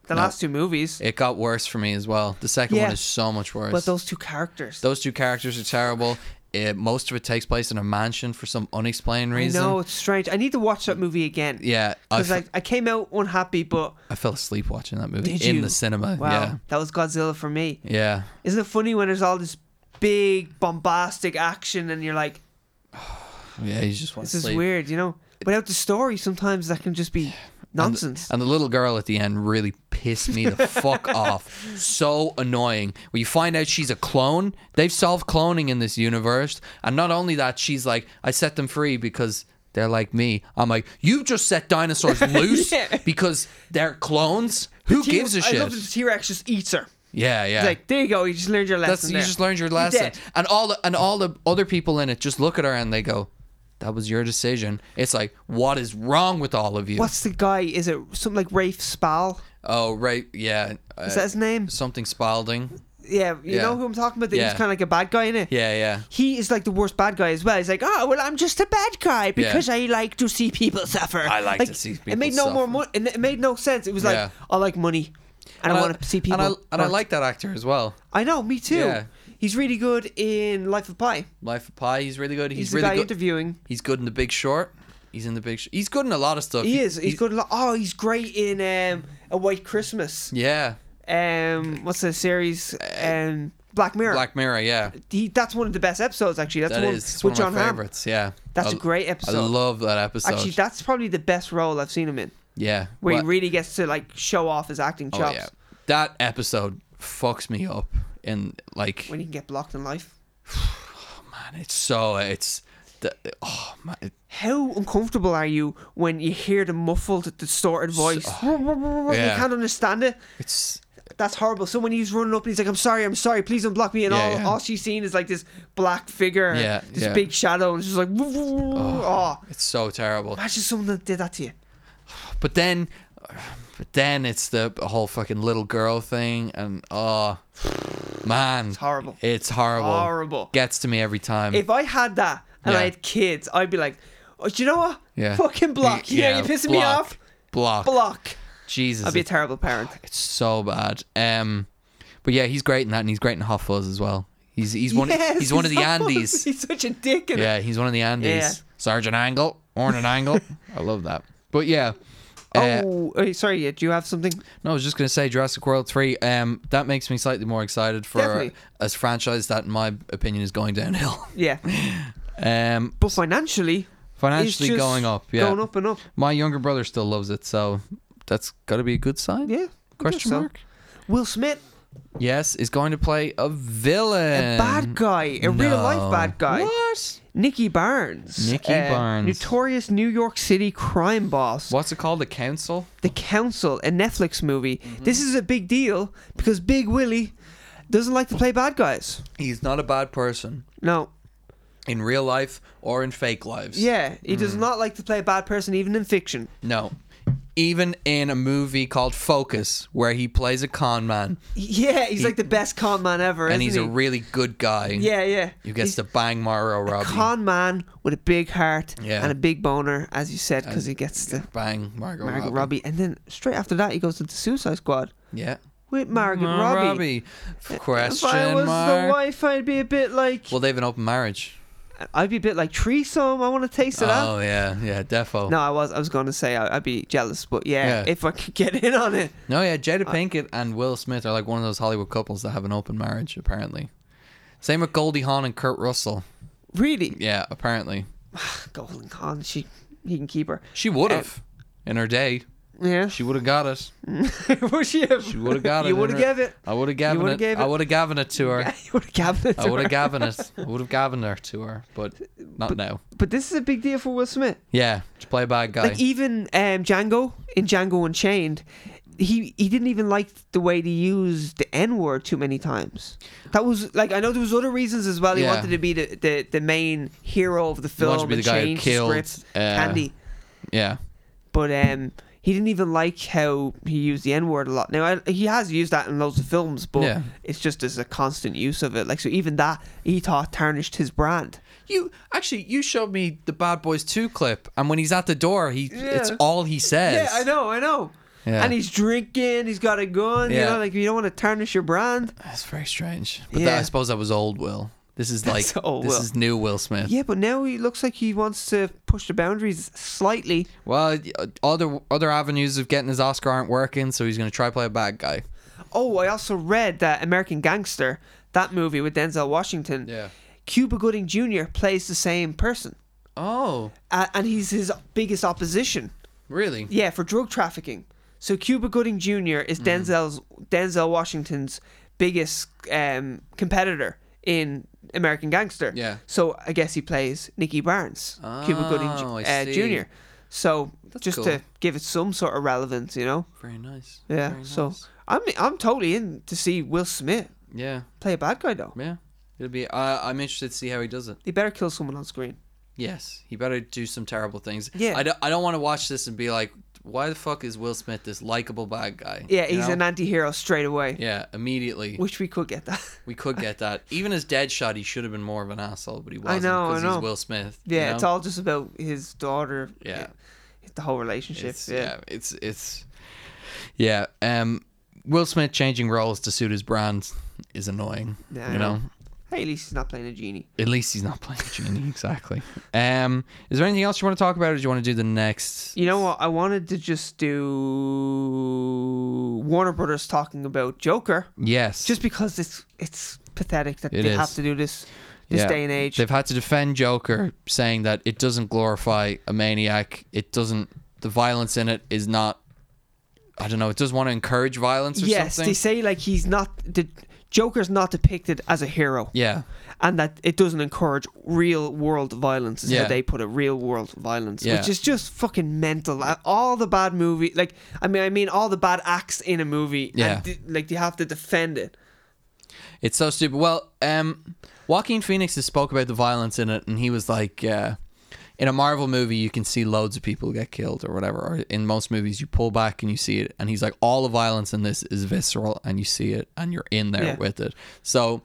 S2: the
S1: No.
S2: last two movies,
S1: It got worse for me as well. The second
S2: Yeah.
S1: one is so much worse.
S2: but those two characters.
S1: Those two characters are terrible. It, most of it takes place in a mansion for some unexplained
S2: I
S1: reason.
S2: know it's strange. I need to watch that movie again.
S1: Yeah, I
S2: because
S1: f-
S2: like I came out unhappy, but
S1: I fell asleep watching that movie
S2: did
S1: in
S2: you?
S1: the cinema.
S2: Wow,
S1: Yeah.
S2: that was Godzilla for me.
S1: Yeah.
S2: Isn't it funny when there's all this big bombastic action and you're like,
S1: Yeah, you just want
S2: this
S1: to
S2: is
S1: sleep.
S2: weird, you know? Without the story, sometimes that can just be
S1: And-
S2: nonsense.
S1: And the little girl at the end really pissed me the
S2: [LAUGHS]
S1: fuck off. So annoying. When you find out she's a clone, they've solved cloning in this universe. And not only that, she's like, I set them free because they're like me. I'm like, you just set dinosaurs
S2: [LAUGHS]
S1: loose
S2: Yeah.
S1: because they're clones? Who
S2: T-
S1: gives a
S2: I
S1: shit?
S2: love that the T Rex just eats her.
S1: yeah, yeah.
S2: It's Like, there you go, you just learned your lesson.
S1: That's you
S2: there.
S1: just learned your
S2: You're
S1: lesson.
S2: dead.
S1: And all the and all the other people in it just look at her and they go, That was your decision. It's like, what is wrong with all of you?
S2: What's the guy? Is it something like Rafe Spall?
S1: Oh right, yeah. Uh,
S2: Is that his name?
S1: something Spalding?
S2: Yeah, you
S1: Yeah.
S2: know who I'm talking about? That
S1: Yeah.
S2: He's kind of like a bad guy in it.
S1: Yeah, yeah.
S2: He is like the worst bad guy as well. He's like, oh, well, I'm just a bad guy because I like to see people suffer.
S1: I like to see people
S2: It made no more
S1: suffer.
S2: money. It made no sense. It was like,
S1: Yeah.
S2: I like money. And, I, want to see people.
S1: And I, and I
S2: hurt.
S1: like that actor as well.
S2: I know, me too.
S1: Yeah.
S2: He's really good in Life of Pi.
S1: Life of Pi, he's really good. He's,
S2: He's, the
S1: really
S2: guy
S1: good.
S2: interviewing.
S1: He's good in The Big Short. He's in The Big. Sh- he's good in a lot of stuff.
S2: He is. He's good. in lo- Oh, he's great in um, A White Christmas.
S1: Yeah,
S2: Um, what's the series? Um, Black Mirror.
S1: Uh, Black Mirror. Yeah,
S2: He, that's one of the best episodes, actually. That's
S1: that
S2: one
S1: is it's one
S2: with
S1: of
S2: John
S1: my
S2: Hamm.
S1: favorites. Yeah,
S2: That's
S1: a
S2: a great
S1: I
S2: episode.
S1: love that episode.
S2: Actually, that's probably the best role I've seen him in,
S1: yeah,
S2: where
S1: Wha-
S2: he really gets to like show off his acting
S1: oh,
S2: chops
S1: yeah. that episode fucks me up. And like,
S2: when he can get blocked in life.
S1: man, it's so it's. The, oh man, it-
S2: How uncomfortable are you when you hear the muffled, distorted voice?
S1: oh, Yeah.
S2: You can't understand it.
S1: it's
S2: That's horrible. So when he's running up and he's like, "I'm sorry, I'm sorry, please don't block me," and
S1: Yeah,
S2: all,
S1: yeah.
S2: all she's seen is like this black figure,
S1: Yeah,
S2: this
S1: yeah.
S2: big shadow, and she's like, "Oh,
S1: it's so terrible.
S2: imagine someone that did that to you."
S1: But then, but then it's the whole fucking little girl thing, and oh, man, it's
S2: horrible.
S1: It's horrible.
S2: Horrible.
S1: Gets to me every time.
S2: If I had that and
S1: Yeah.
S2: I had kids, I'd be like, oh, "Do you know what?
S1: yeah.
S2: [LAUGHS] Fucking block.
S1: Y-
S2: Yeah, you're pissing me
S1: block,
S2: off.
S1: Block.
S2: Block."
S1: Jesus.
S2: I'd be a
S1: it-
S2: terrible parent.
S1: it's so bad. Um, but yeah, he's great in that, and he's great in Hot Fuzz as well. He's he's one
S2: [LAUGHS] Yes,
S1: he's one of the
S2: so-
S1: Andes.
S2: He's such a dick. In it.
S1: Yeah, he's one of the Andes.
S2: Yeah.
S1: Sergeant Angle, Orrin and
S2: [LAUGHS]
S1: Angle. I love that. But yeah. uh,
S2: oh, uh, sorry. yeah, Do you have something?
S1: No, I was just going to say Jurassic World 3. Um, that makes me slightly more excited for a,
S2: Definitely.
S1: a franchise that, in my opinion, is going downhill. [LAUGHS] [SIGHS]
S2: Yeah.
S1: Um,
S2: But financially, it's
S1: financially
S2: just
S1: going up. Yeah.
S2: going up and up.
S1: My younger brother still loves it, so that's got to be a good sign.
S2: Yeah. I guess
S1: Question
S2: so.
S1: mark?
S2: Will Smith,
S1: Yes, is going to play a villain.
S2: a bad guy, a real
S1: Um, No.
S2: life bad guy.
S1: What?
S2: Nikki Barnes. uh,
S1: Nicky Barnes.
S2: Notorious New York City crime boss.
S1: What's it called? The Council?
S2: The Council, a Netflix movie.
S1: Mm-hmm.
S2: This is a big deal because Big Willie doesn't like to play bad guys.
S1: He's not a bad person
S2: No.
S1: in real life or in fake lives.
S2: Yeah, he
S1: Mm.
S2: does not like to play a bad person, even in fiction.
S1: No. Even in a movie called Focus, where he plays a con man.
S2: Yeah, he's like the best con man ever,
S1: and
S2: isn't
S1: he's
S2: he?
S1: a really good guy.
S2: yeah, yeah.
S1: who gets
S2: he's
S1: to bang Mario Robbie.
S2: con man with a big heart
S1: Yeah.
S2: and a big boner, as you said, because he gets to
S1: bang Margot,
S2: Margaret
S1: Robbie.
S2: Robbie. and then straight after that he goes to the Suicide Squad
S1: Yeah.
S2: with Margaret
S1: Margot
S2: Robbie. If
S1: Question
S2: I was
S1: mark.
S2: the wife, I'd be a bit like
S1: Well, they have an open marriage.
S2: I'd be a bit like threesome. I want to taste of that.
S1: Oh yeah, yeah, defo.
S2: No, I was I was gonna say I, I'd be jealous, but yeah,
S1: Oh, Yeah.
S2: if I could get in on it,
S1: No, yeah, Jada
S2: Uh,
S1: Pinkett and Will Smith are like one of those Hollywood couples that have an open marriage, apparently. Same with Goldie Hawn and Kurt Russell.
S2: really, [SIGHS]
S1: Yeah, apparently.
S2: Golden Con, she he can keep her.
S1: She would have. In her day,
S2: Yeah, [LAUGHS]
S1: she would have got it.
S2: would she have?
S1: She would have got it.
S2: You
S1: in
S2: would have
S1: her-
S2: gave it.
S1: I would have given
S2: would've
S1: it.
S2: gave
S1: I
S2: it.
S1: would have given it to
S2: [LAUGHS]
S1: her.
S2: you would have given it.
S1: I
S2: to
S1: would
S2: her.
S1: have given it. I would have given her to her, but not now.
S2: But this is a big deal for Will Smith.
S1: Yeah, to play a bad guy.
S2: Like even um, Django in Django Unchained, he he didn't even like the way they used the N word too many times. That was like I know there was other reasons as well. He
S1: Yeah.
S2: wanted to be the, the, the main hero of the
S1: He
S2: film
S1: wanted to be
S2: and
S1: the guy who
S2: change
S1: killed,
S2: the script,
S1: uh,
S2: Candy.
S1: yeah.
S2: But um, he didn't even like how he used the N word a lot. Now I, he has used that in loads of films, but
S1: Yeah.
S2: it's just as a constant use of it. Like so, even that he thought tarnished his brand.
S1: You actually you showed me the Bad Boys 2 clip and when he's at the door he it's
S2: Yeah.
S1: all he says.
S2: Yeah, I know, I know.
S1: Yeah.
S2: And he's drinking. He's got a gun.
S1: Yeah.
S2: You know, like you don't want to tarnish your brand.
S1: That's very strange. But
S2: Yeah.
S1: that, I suppose that was old Will. This is like
S2: That's all
S1: this
S2: Will.
S1: is new Will Smith.
S2: Yeah, but now he looks like he wants to push the boundaries slightly.
S1: Well, uh, other other avenues of getting his Oscar aren't working, so he's gonna try play a bad guy.
S2: Oh, I also read that American Gangster, that movie with Denzel Washington,
S1: Yeah.
S2: Cuba Gooding Jr. plays the same person,
S1: Oh,
S2: uh, and he's his biggest opposition.
S1: really?
S2: Yeah, for drug trafficking. So Cuba Gooding Jr. is
S1: Mm-hmm.
S2: Denzel's Denzel Washington's biggest um, competitor in American Gangster.
S1: Yeah.
S2: So I guess he plays Nicky Barnes, Cuba Gooding
S1: Oh, I
S2: Ju- uh,
S1: see.
S2: Jr. So just
S1: cool.
S2: to give it some sort of relevance, you know.
S1: Very nice.
S2: Yeah.
S1: Very
S2: So
S1: nice.
S2: I'm I'm totally in to see Will Smith
S1: yeah,
S2: play a bad guy though.
S1: yeah. It'll be. I I'm interested to see how he does it.
S2: He better kill someone on screen.
S1: Yes, he better do some terrible things.
S2: Yeah.
S1: I don't, I don't want to watch this and be like, why the fuck is Will Smith this likable bad guy?
S2: Yeah,
S1: You
S2: he's
S1: know?
S2: an anti-hero straight away.
S1: Yeah, immediately.
S2: Wish we could get that. [LAUGHS]
S1: We could get that. Even as Deadshot, he should have been more of an asshole, but he wasn't
S2: know, I
S1: because
S2: know.
S1: he's Will Smith. you
S2: yeah,
S1: know?
S2: it's all just about his daughter.
S1: Yeah.
S2: The whole relationship.
S1: It's-
S2: yeah.
S1: yeah, it's it's yeah. Um, Will Smith changing roles to suit his brand is annoying.
S2: Yeah, I
S1: you know?
S2: know. Hey, at least he's not playing a genie.
S1: at least he's not playing Genie [LAUGHS] exactly. Um, is there anything else you want to talk about, or do you want to do the next?
S2: You know what? I wanted to just do Warner Brothers talking about Joker,
S1: Yes,
S2: just because it's it's pathetic that
S1: It
S2: they
S1: is.
S2: have to do this this
S1: Yeah.
S2: day and age.
S1: They've had to defend Joker, saying that it doesn't glorify a maniac. It doesn't. The violence in it is not. I don't know. It doesn't want to encourage violence or
S2: yes,
S1: something.
S2: they say like he's not the Joker's not depicted as a hero,
S1: yeah,
S2: and that it doesn't encourage real world violence. Is
S1: Yeah.
S2: how they put it, real world violence,
S1: Yeah.
S2: which is just fucking mental. Uh, All the bad movie, like I mean, I mean, all the bad acts in a movie,
S1: Yeah.
S2: and th- like they have to defend it.
S1: it's so stupid. Well, um, Joaquin Phoenix has spoke about the violence in it, and he was like, uh, in a Marvel movie, you can see loads of people get killed or whatever. Or in most movies, you pull back and you see it. And he's like, all the violence in this is visceral, and you see it, and you're in there
S2: Yeah.
S1: with it. So.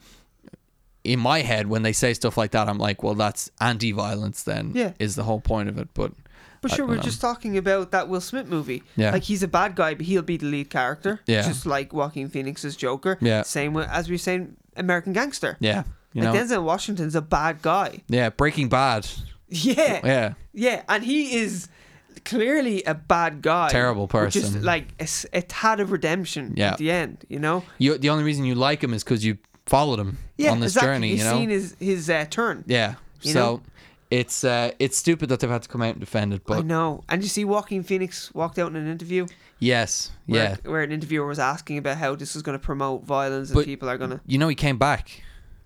S1: In my head, when they say stuff like that, I'm like, well, that's anti-violence. Then
S2: Yeah.
S1: is the whole point of it. But
S2: But
S1: I
S2: sure,
S1: don't
S2: we're
S1: know.
S2: just talking about that Will Smith movie.
S1: Yeah.
S2: Like he's a bad guy, but he'll be the lead character.
S1: Yeah.
S2: Just like Joaquin Phoenix's Joker.
S1: Yeah.
S2: Same with, as we were saying, American Gangster.
S1: yeah, you know,
S2: like Denzel Washington's a bad guy. [LAUGHS]
S1: yeah, Breaking Bad,
S2: Yeah. yeah.
S1: yeah,
S2: And he is clearly a bad guy.
S1: Terrible
S2: with Just
S1: person.
S2: like a, s- a tad of redemption
S1: Yeah.
S2: at the end, you know?
S1: you the only reason you like him is because you followed him
S2: Yeah.
S1: on this
S2: exactly.
S1: journey.
S2: You've
S1: you know,
S2: seen his, his uh, turn.
S1: Yeah.
S2: You
S1: so
S2: know?
S1: it's uh, it's stupid that they've had to come out and defend it,
S2: I
S1: but
S2: know. And you see Joaquin Phoenix walked out in an interview
S1: yes,
S2: where,
S1: yeah.
S2: where an interviewer was asking about how this is going to promote violence and
S1: But-
S2: people are going to.
S1: You know, he came back.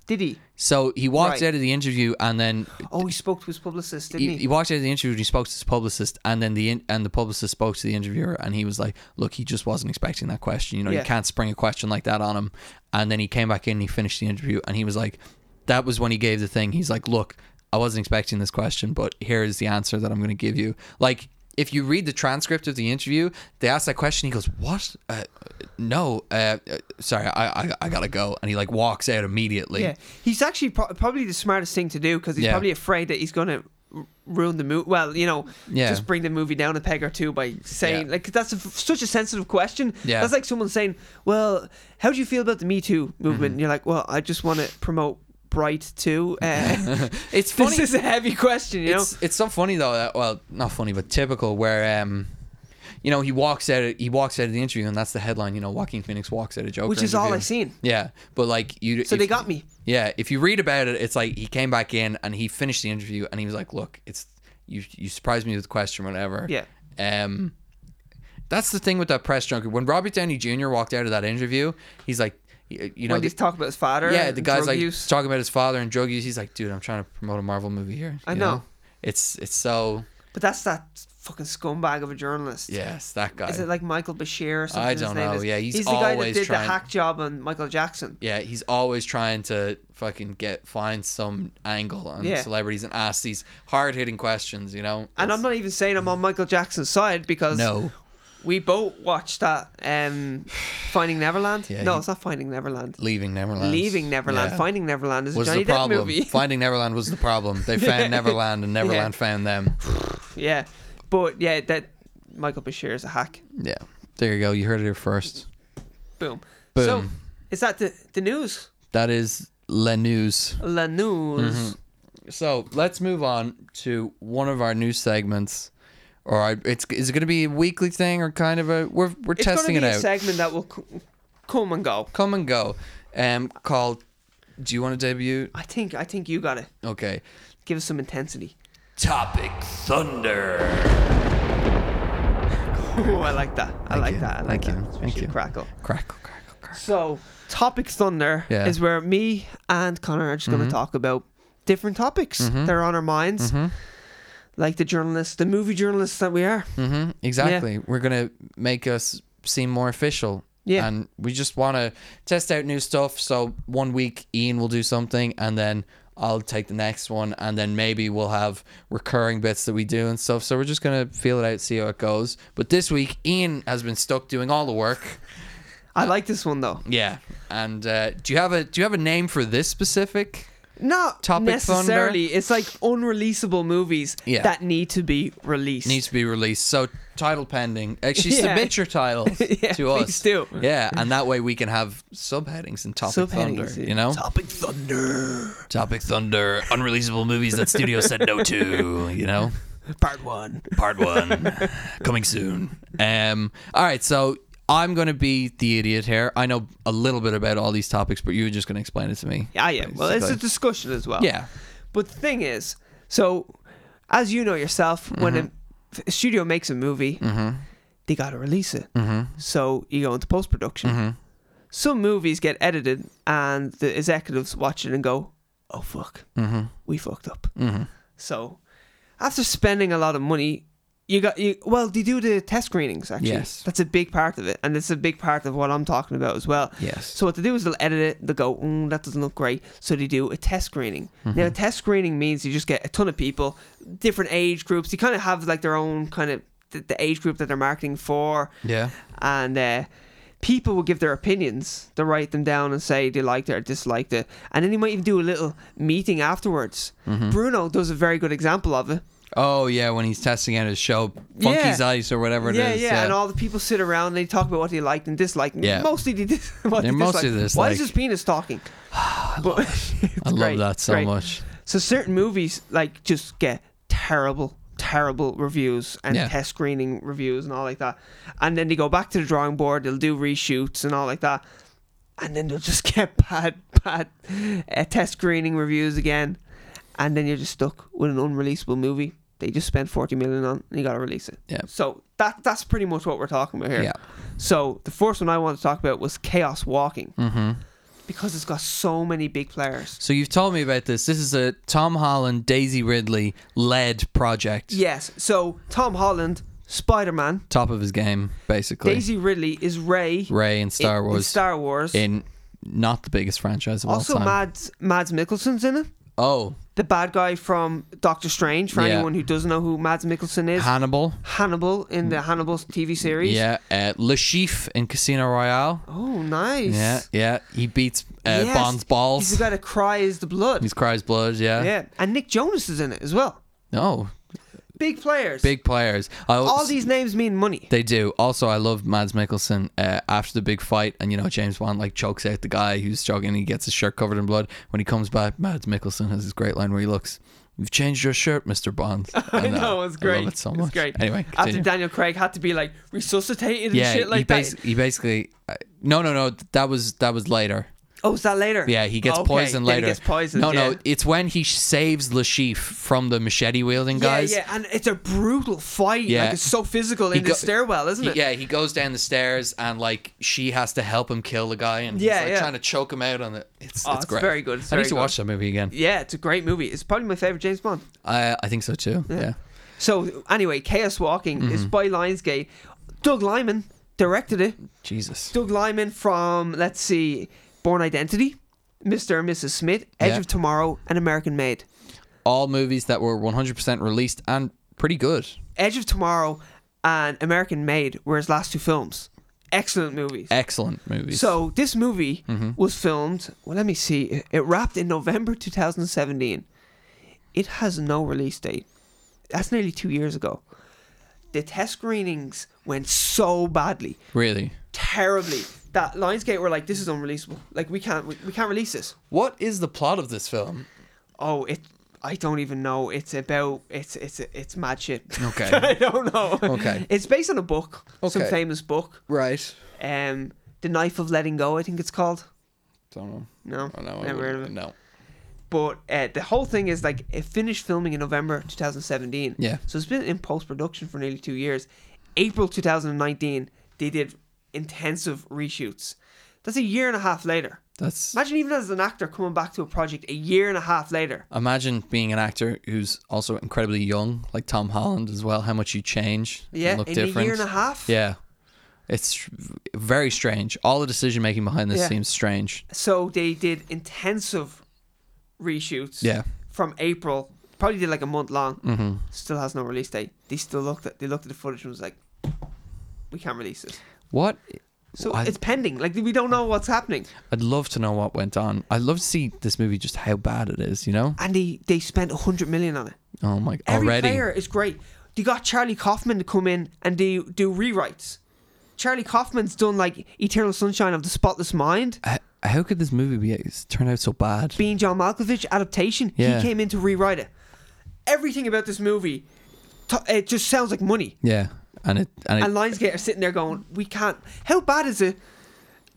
S2: Did he?
S1: So he walked
S2: Right.
S1: out of the interview, and then
S2: Oh, he spoke to his publicist, didn't
S1: he,
S2: he?
S1: he walked out of the interview. and He spoke to his publicist, and then the in, and the publicist spoke to the interviewer, and he was like, "Look, he just wasn't expecting that question. You know,
S2: Yeah.
S1: you can't spring a question like that on him." And then he came back in, and he finished the interview, and he was like, "That was when he gave the thing. He's like, look, I wasn't expecting this question, but here is the answer that I'm going to give you." Like. If you read the transcript of the interview, they asked that question. He goes, "What? Uh, no, uh, uh, sorry, I, I I gotta go." And he like walks out immediately.
S2: yeah, he's actually pro- probably the smartest thing to do because he's
S1: Yeah.
S2: probably afraid that he's going to ruin the movie. Well, you know,
S1: Yeah.
S2: just bring the movie down a peg or two by saying
S1: Yeah.
S2: like 'cause that's a, such a sensitive question.
S1: Yeah.
S2: that's like someone saying, "Well, how do you feel about the Me Too
S1: Mm-hmm.
S2: movement?" And you're like, "Well, I just want to promote Bright
S1: [LAUGHS]
S2: too." Uh,
S1: It's funny.
S2: this is a heavy question, you know.
S1: it's, it's so funny though. That, well, not funny, but typical. Where um, you know, he walks out. Of, he walks out of the interview, and that's the headline. You know, Joaquin Phoenix walks out of Joker,
S2: Which is all
S1: interview.
S2: I seen.
S1: Yeah, but like you.
S2: So
S1: if-
S2: they got me.
S1: Yeah, if you read about it, it's like he came back in and he finished the interview, and he was like, "Look, it's you. You surprised me with the question, whatever."
S2: Yeah.
S1: Um, that's the thing with that press junket. When Robert Downey Jr. walked out of that interview, he's like, y- you know,
S2: when
S1: the-
S2: they talk about his father,
S1: yeah, the
S2: and
S1: guy's
S2: drug
S1: like
S2: use.
S1: talking about his father and drug use. He's like, dude, I'm trying to promote a Marvel movie here.
S2: I
S1: you
S2: know.
S1: It's it's so
S2: but that's that fucking scumbag of a journalist.
S1: yes, that guy.
S2: Is it like Michael Bashir or something?
S1: I
S2: his
S1: don't
S2: name
S1: know.
S2: is?
S1: Yeah, he's
S2: the guy that
S1: always
S2: did
S1: trying-
S2: the hack job on Michael Jackson.
S1: yeah, he's always trying to fucking get find some angle on
S2: Yeah.
S1: celebrities and ask these hard hitting questions, you know.
S2: And
S1: It's-
S2: I'm not even saying I'm on Michael Jackson's side because
S1: No.
S2: we both watched that um, Finding Neverland.
S1: Yeah,
S2: no,
S1: he-
S2: it's not Finding Neverland.
S1: leaving Neverland.
S2: Leaving Neverland,
S1: Yeah.
S2: Finding Neverland is a
S1: was
S2: Johnny
S1: the
S2: Depp
S1: problem.
S2: movie. [LAUGHS]
S1: Finding Neverland was the problem. They found Neverland and Neverland found them.
S2: yeah, but yeah, that Michael Bashir is a hack.
S1: Yeah. There you go. You heard it here first.
S2: Boom. So
S1: Boom.
S2: is that the the news?
S1: That is La News.
S2: La
S1: Mm-hmm.
S2: news.
S1: So let's move on to one of our new segments. Or I, it's is it going to be a weekly thing or kind of a we're we're
S2: It's
S1: testing
S2: gonna
S1: it
S2: be
S1: out.
S2: a segment that will c- come and go.
S1: Come and go. Um, called. Do you want to debut?
S2: I think I think you got to
S1: Okay.
S2: give us some intensity.
S1: Topic thunder.
S2: Ooh, I like that. I like
S1: you.
S2: that. I like
S1: Thank you.
S2: that. It's
S1: Thank
S2: actually
S1: you.
S2: Crackle.
S1: Crackle, crackle, crackle.
S2: So, topic thunder
S1: Yeah. Mm-hmm.
S2: is where me and Connor are just going to talk about different topics that are on our minds, like the journalists, the movie journalists that we are.
S1: Mm-hmm. Exactly. We're gonna make us seem more official.
S2: Yeah.
S1: And we just want to test out new stuff. So one week Ian will do something, and then I'll take the next one, and then maybe we'll have recurring bits that we do and stuff. So we're just gonna feel it out, see how it goes. But this week Ian has been stuck doing all the work.
S2: I like this one though.
S1: Yeah. And uh, do you have a do you have a name for this specific?
S2: Not
S1: Topic
S2: necessarily. It's like unreleasable movies
S1: Yeah.
S2: that need to be released.
S1: needs to be released. So title pending. Actually,
S2: Yeah.
S1: submit your titles
S2: [LAUGHS] Yeah,
S1: to us.
S2: please do.
S1: Yeah, and that way we can have subheadings and topic
S2: Subheadings,
S1: thunder. You know,
S2: Topic Thunder,
S1: topic thunder, unreleasable movies that studio said no to. You know, [LAUGHS]
S2: Part One.
S1: part one coming soon. Um. All right, so. I'm going to be the idiot here. I know a little bit about all these topics, but you're just going to explain it to me.
S2: Yeah, yeah. Well, it's a
S1: basically.
S2: discussion as well.
S1: Yeah.
S2: But the thing is, so as you know yourself, when a, f- a studio makes a movie,
S1: Mm. Mm-hmm.
S2: they got to release it. So you go into post production. Some movies get edited, and the executives watch it and go, "Oh fuck, we fucked up." So after spending a lot of money. You got you well. They do the test screenings actually.
S1: Yes.
S2: that's a big part of it, and it's a big part of what I'm talking about as well.
S1: Yes.
S2: So what they do is they'll edit it. They'll go, mm, that doesn't look great. So they do a test screening. Now,
S1: Mm-hmm.
S2: a test screening means you just get a ton of people, different age groups. They kind of have like their own kind of th- the age group that they're marketing for,
S1: Yeah.
S2: and uh, people will give their opinions. They'll write them down and say they liked it or disliked it, and then they might even do a little meeting afterwards.
S1: Mm-hmm.
S2: Bruno does a very good example of it.
S1: Oh, yeah, when he's testing out his show, Funky's
S2: Yeah.
S1: Ice or whatever it is.
S2: yeah, yeah, and all the people sit around and they talk about what they liked and disliked.
S1: Yeah.
S2: Mostly they [LAUGHS] dis- what
S1: They're
S2: they
S1: mostly
S2: disliked.
S1: this,
S2: Why
S1: like-
S2: is his
S1: [SIGHS]
S2: penis talking? But-
S1: I love
S2: great,
S1: that so
S2: great.
S1: much.
S2: So certain movies like just get terrible, terrible reviews and
S1: Yeah.
S2: test screening reviews and all like that. And then they go back to the drawing board, they'll do reshoots and all like that. And then they'll just [LAUGHS] get bad, bad uh, test screening reviews again. And then you're just stuck with an unreleasable movie. They just spent 40 million on and you got to release it.
S1: Yeah.
S2: So that that's pretty much what we're talking about here.
S1: Yeah.
S2: So the first one I want to talk about was Chaos Walking. Mm-hmm. Because it's got so many big players.
S1: So you've told me about this. This is a Tom Holland, Daisy Ridley led project.
S2: Yes. So Tom Holland, Spider Man,
S1: Top of his game, basically.
S2: Daisy Ridley is Ray.
S1: Ray in Star
S2: in- in
S1: Wars.
S2: Star Wars.
S1: in not the biggest franchise of all
S2: also,
S1: time.
S2: Mads Mads Mikkelsen's in it.
S1: oh,
S2: The bad guy from Doctor Strange. For
S1: Yeah.
S2: anyone who doesn't know who Mads Mikkelsen is,
S1: Hannibal.
S2: Hannibal in the Hannibal TV series.
S1: Yeah. Uh, Le Chiffre in Casino Royale.
S2: Oh, nice.
S1: Yeah. Yeah. He beats uh,
S2: Yes.
S1: Bond's
S2: He's
S1: balls.
S2: the guy that cries the blood.
S1: He's cries blood. Yeah.
S2: yeah, and Nick Jonas is in it as well.
S1: No,
S2: Big players.
S1: big players. I al-
S2: All these names mean money.
S1: They do. Also, I love Mads Mikkelsen uh, after the big fight, and you know James Bond like chokes out the guy who's choking, and he gets his shirt covered in blood. When he comes back, Mads Mikkelsen has this great line where he looks, "You've changed your shirt, Mister Bond."
S2: [LAUGHS] I
S1: And, uh,
S2: know it's great.
S1: I love it so much.
S2: It's great.
S1: Anyway,
S2: after
S1: continue.
S2: Daniel Craig had to be like resuscitated and
S1: yeah,
S2: shit
S1: he,
S2: like that.
S1: basi- he basically. Uh, no, no, no. That was that was later.
S2: Oh, is that later?
S1: Yeah, he gets
S2: Okay,
S1: poisoned
S2: then
S1: later.
S2: He gets poisoned.
S1: No,
S2: yeah.
S1: no. It's when he sh- saves Lashif from the machete wielding guys.
S2: Yeah, yeah, and it's a brutal fight.
S1: Yeah.
S2: Like it's so physical
S1: He
S2: in
S1: go-
S2: the stairwell, isn't
S1: He-
S2: it?
S1: yeah, he goes down the stairs and like she has to help him kill the guy and
S2: Yeah,
S1: he's like
S2: yeah.
S1: trying to choke him out on it. It's,
S2: Oh,
S1: it's
S2: it's
S1: great.
S2: very good, it's
S1: I
S2: very
S1: need to
S2: good.
S1: watch that movie again.
S2: Yeah, it's a great movie. It's probably my favorite James Bond.
S1: I I think so too. Yeah.
S2: So anyway, Chaos Walking
S1: Mm-hmm.
S2: is by Lionsgate. Doug Lyman directed it.
S1: Jesus.
S2: Doug Lyman from let's see, Born Identity, Mr. and Mrs. Smith, Edge
S1: Yeah.
S2: of Tomorrow, and American Made.
S1: All movies that were 100% released and pretty good.
S2: Edge of Tomorrow and American Made were his last two films. Excellent movies.
S1: Excellent movies.
S2: So this movie
S1: Mm-hmm.
S2: was filmed. Well, let me see. It- It wrapped in November 2017. It has no release date. That's nearly two years ago. The test screenings went so badly,
S1: really.
S2: terribly. that Lionsgate were like, "This is unreleasable. Like we can't we, we can't release this."
S1: What is the plot of this film?
S2: Oh, it. I don't even know. It's about it's it's it's mad shit.
S1: Okay.
S2: [LAUGHS] I don't know.
S1: Okay.
S2: It's based on a book, some
S1: Okay.
S2: famous book.
S1: Right.
S2: Um, the knife of letting go. I think it's called.
S1: Don't know.
S2: No,
S1: Oh, no, I
S2: never heard of
S1: wouldn't-
S2: it.
S1: No.
S2: But uh, the whole thing is like it finished filming in November 2017.
S1: Yeah.
S2: So it's been in post production for nearly two years. April 2019, they did intensive reshoots. That's a year and a half later.
S1: That's
S2: Imagine even as an actor coming back to a project a year and a half later.
S1: Imagine being an actor who's also incredibly young, like Tom Holland as well. How much you change, and
S2: Yeah,
S1: look
S2: in
S1: different.
S2: a year and a half.
S1: Yeah, it's very strange. All the decision making behind this
S2: Yeah.
S1: seems strange.
S2: So they did intensive reshoots.
S1: Yeah.
S2: From April, probably did like a month long. Mm-hmm. Still has no release date. They still looked at they looked at the footage and was like, we can't release this.
S1: What?
S2: So
S1: I,
S2: it's pending. Like we don't know what's happening.
S1: I'd love to know what went on. I'd love to see this movie just how bad it is. You know?
S2: And they, they spent hundred million on it.
S1: Oh my!
S2: Every
S1: already?
S2: player is great. They got Charlie Kaufman to come in and do do rewrites. Charlie Kaufman's done like Eternal Sunshine of the Spotless Mind,
S1: H- how could this movie be it's turned out so bad?
S2: being John Malkovich adaptation.
S1: Yeah.
S2: He came in to rewrite it. Everything about this movie, t- it just sounds like money.
S1: Yeah, and it and it,
S2: And Lionsgate are sitting there going, "We can't. How bad is it?"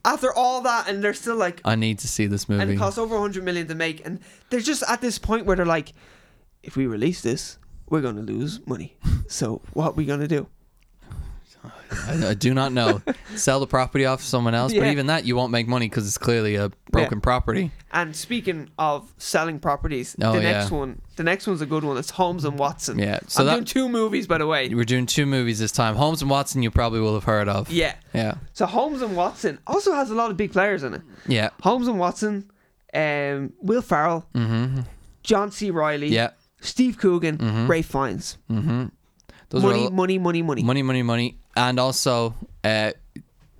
S2: After all that, and they're still like,
S1: I need to see this
S2: and
S1: movie.
S2: it costs over 100 million to make and they're just at this point where they're like if we release this we're going to lose money so what we going to do
S1: I, I do not
S2: [LAUGHS]
S1: know. Sell the property off to someone else, but
S2: Yeah.
S1: even that you won't make money because it's clearly a broken property.
S2: and speaking of selling properties
S1: Oh,
S2: the next
S1: yeah.
S2: one the next one's a good one it's holmes and watson
S1: Yeah, so
S2: i'm
S1: that-
S2: doing two movies by the way
S1: We're doing two movies this time. Holmes and Watson, you probably will have heard of.
S2: yeah
S1: Yeah.
S2: so holmes and watson also has a lot of big players in it
S1: Yeah.
S2: holmes and watson um, will farrell john c riley
S1: Mm-hmm. Yeah. Mm-hmm.
S2: steve coogan ray fines
S1: Those are
S2: money,
S1: all-
S2: money money money
S1: money, money, money. And also, uh,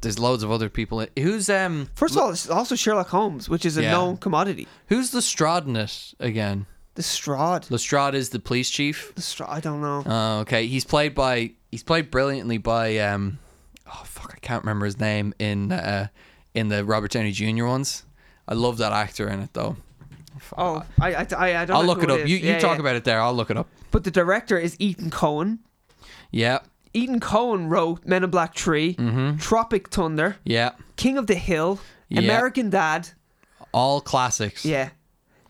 S1: there's loads of other people. in- Who's um
S2: First of all, it's also Sherlock Holmes, which is a
S1: Yeah.
S2: known commodity.
S1: who's Lestrade in it again?
S2: The Strahd.
S1: Lestrade is the police chief.
S2: The Strahd. I don't know.
S1: Oh, okay. He's played by he's played brilliantly by um oh fuck I can't remember his name in uh in the Robert Downey Jr. ones. I love that actor in it though.
S2: oh, I, I, I, I don't.
S1: I'll
S2: know
S1: look
S2: who
S1: it up.
S2: is.
S1: you you
S2: Yeah,
S1: talk
S2: yeah.
S1: about it there. I'll look it up.
S2: But the director is Ethan Cohen.
S1: Yeah.
S2: Ethan Cohen wrote Men in Black 3 Tropic Thunder,
S1: Yeah.
S2: King of the Hill,
S1: Mm-hmm. Yeah.
S2: American Dad.
S1: All classics.
S2: Yeah,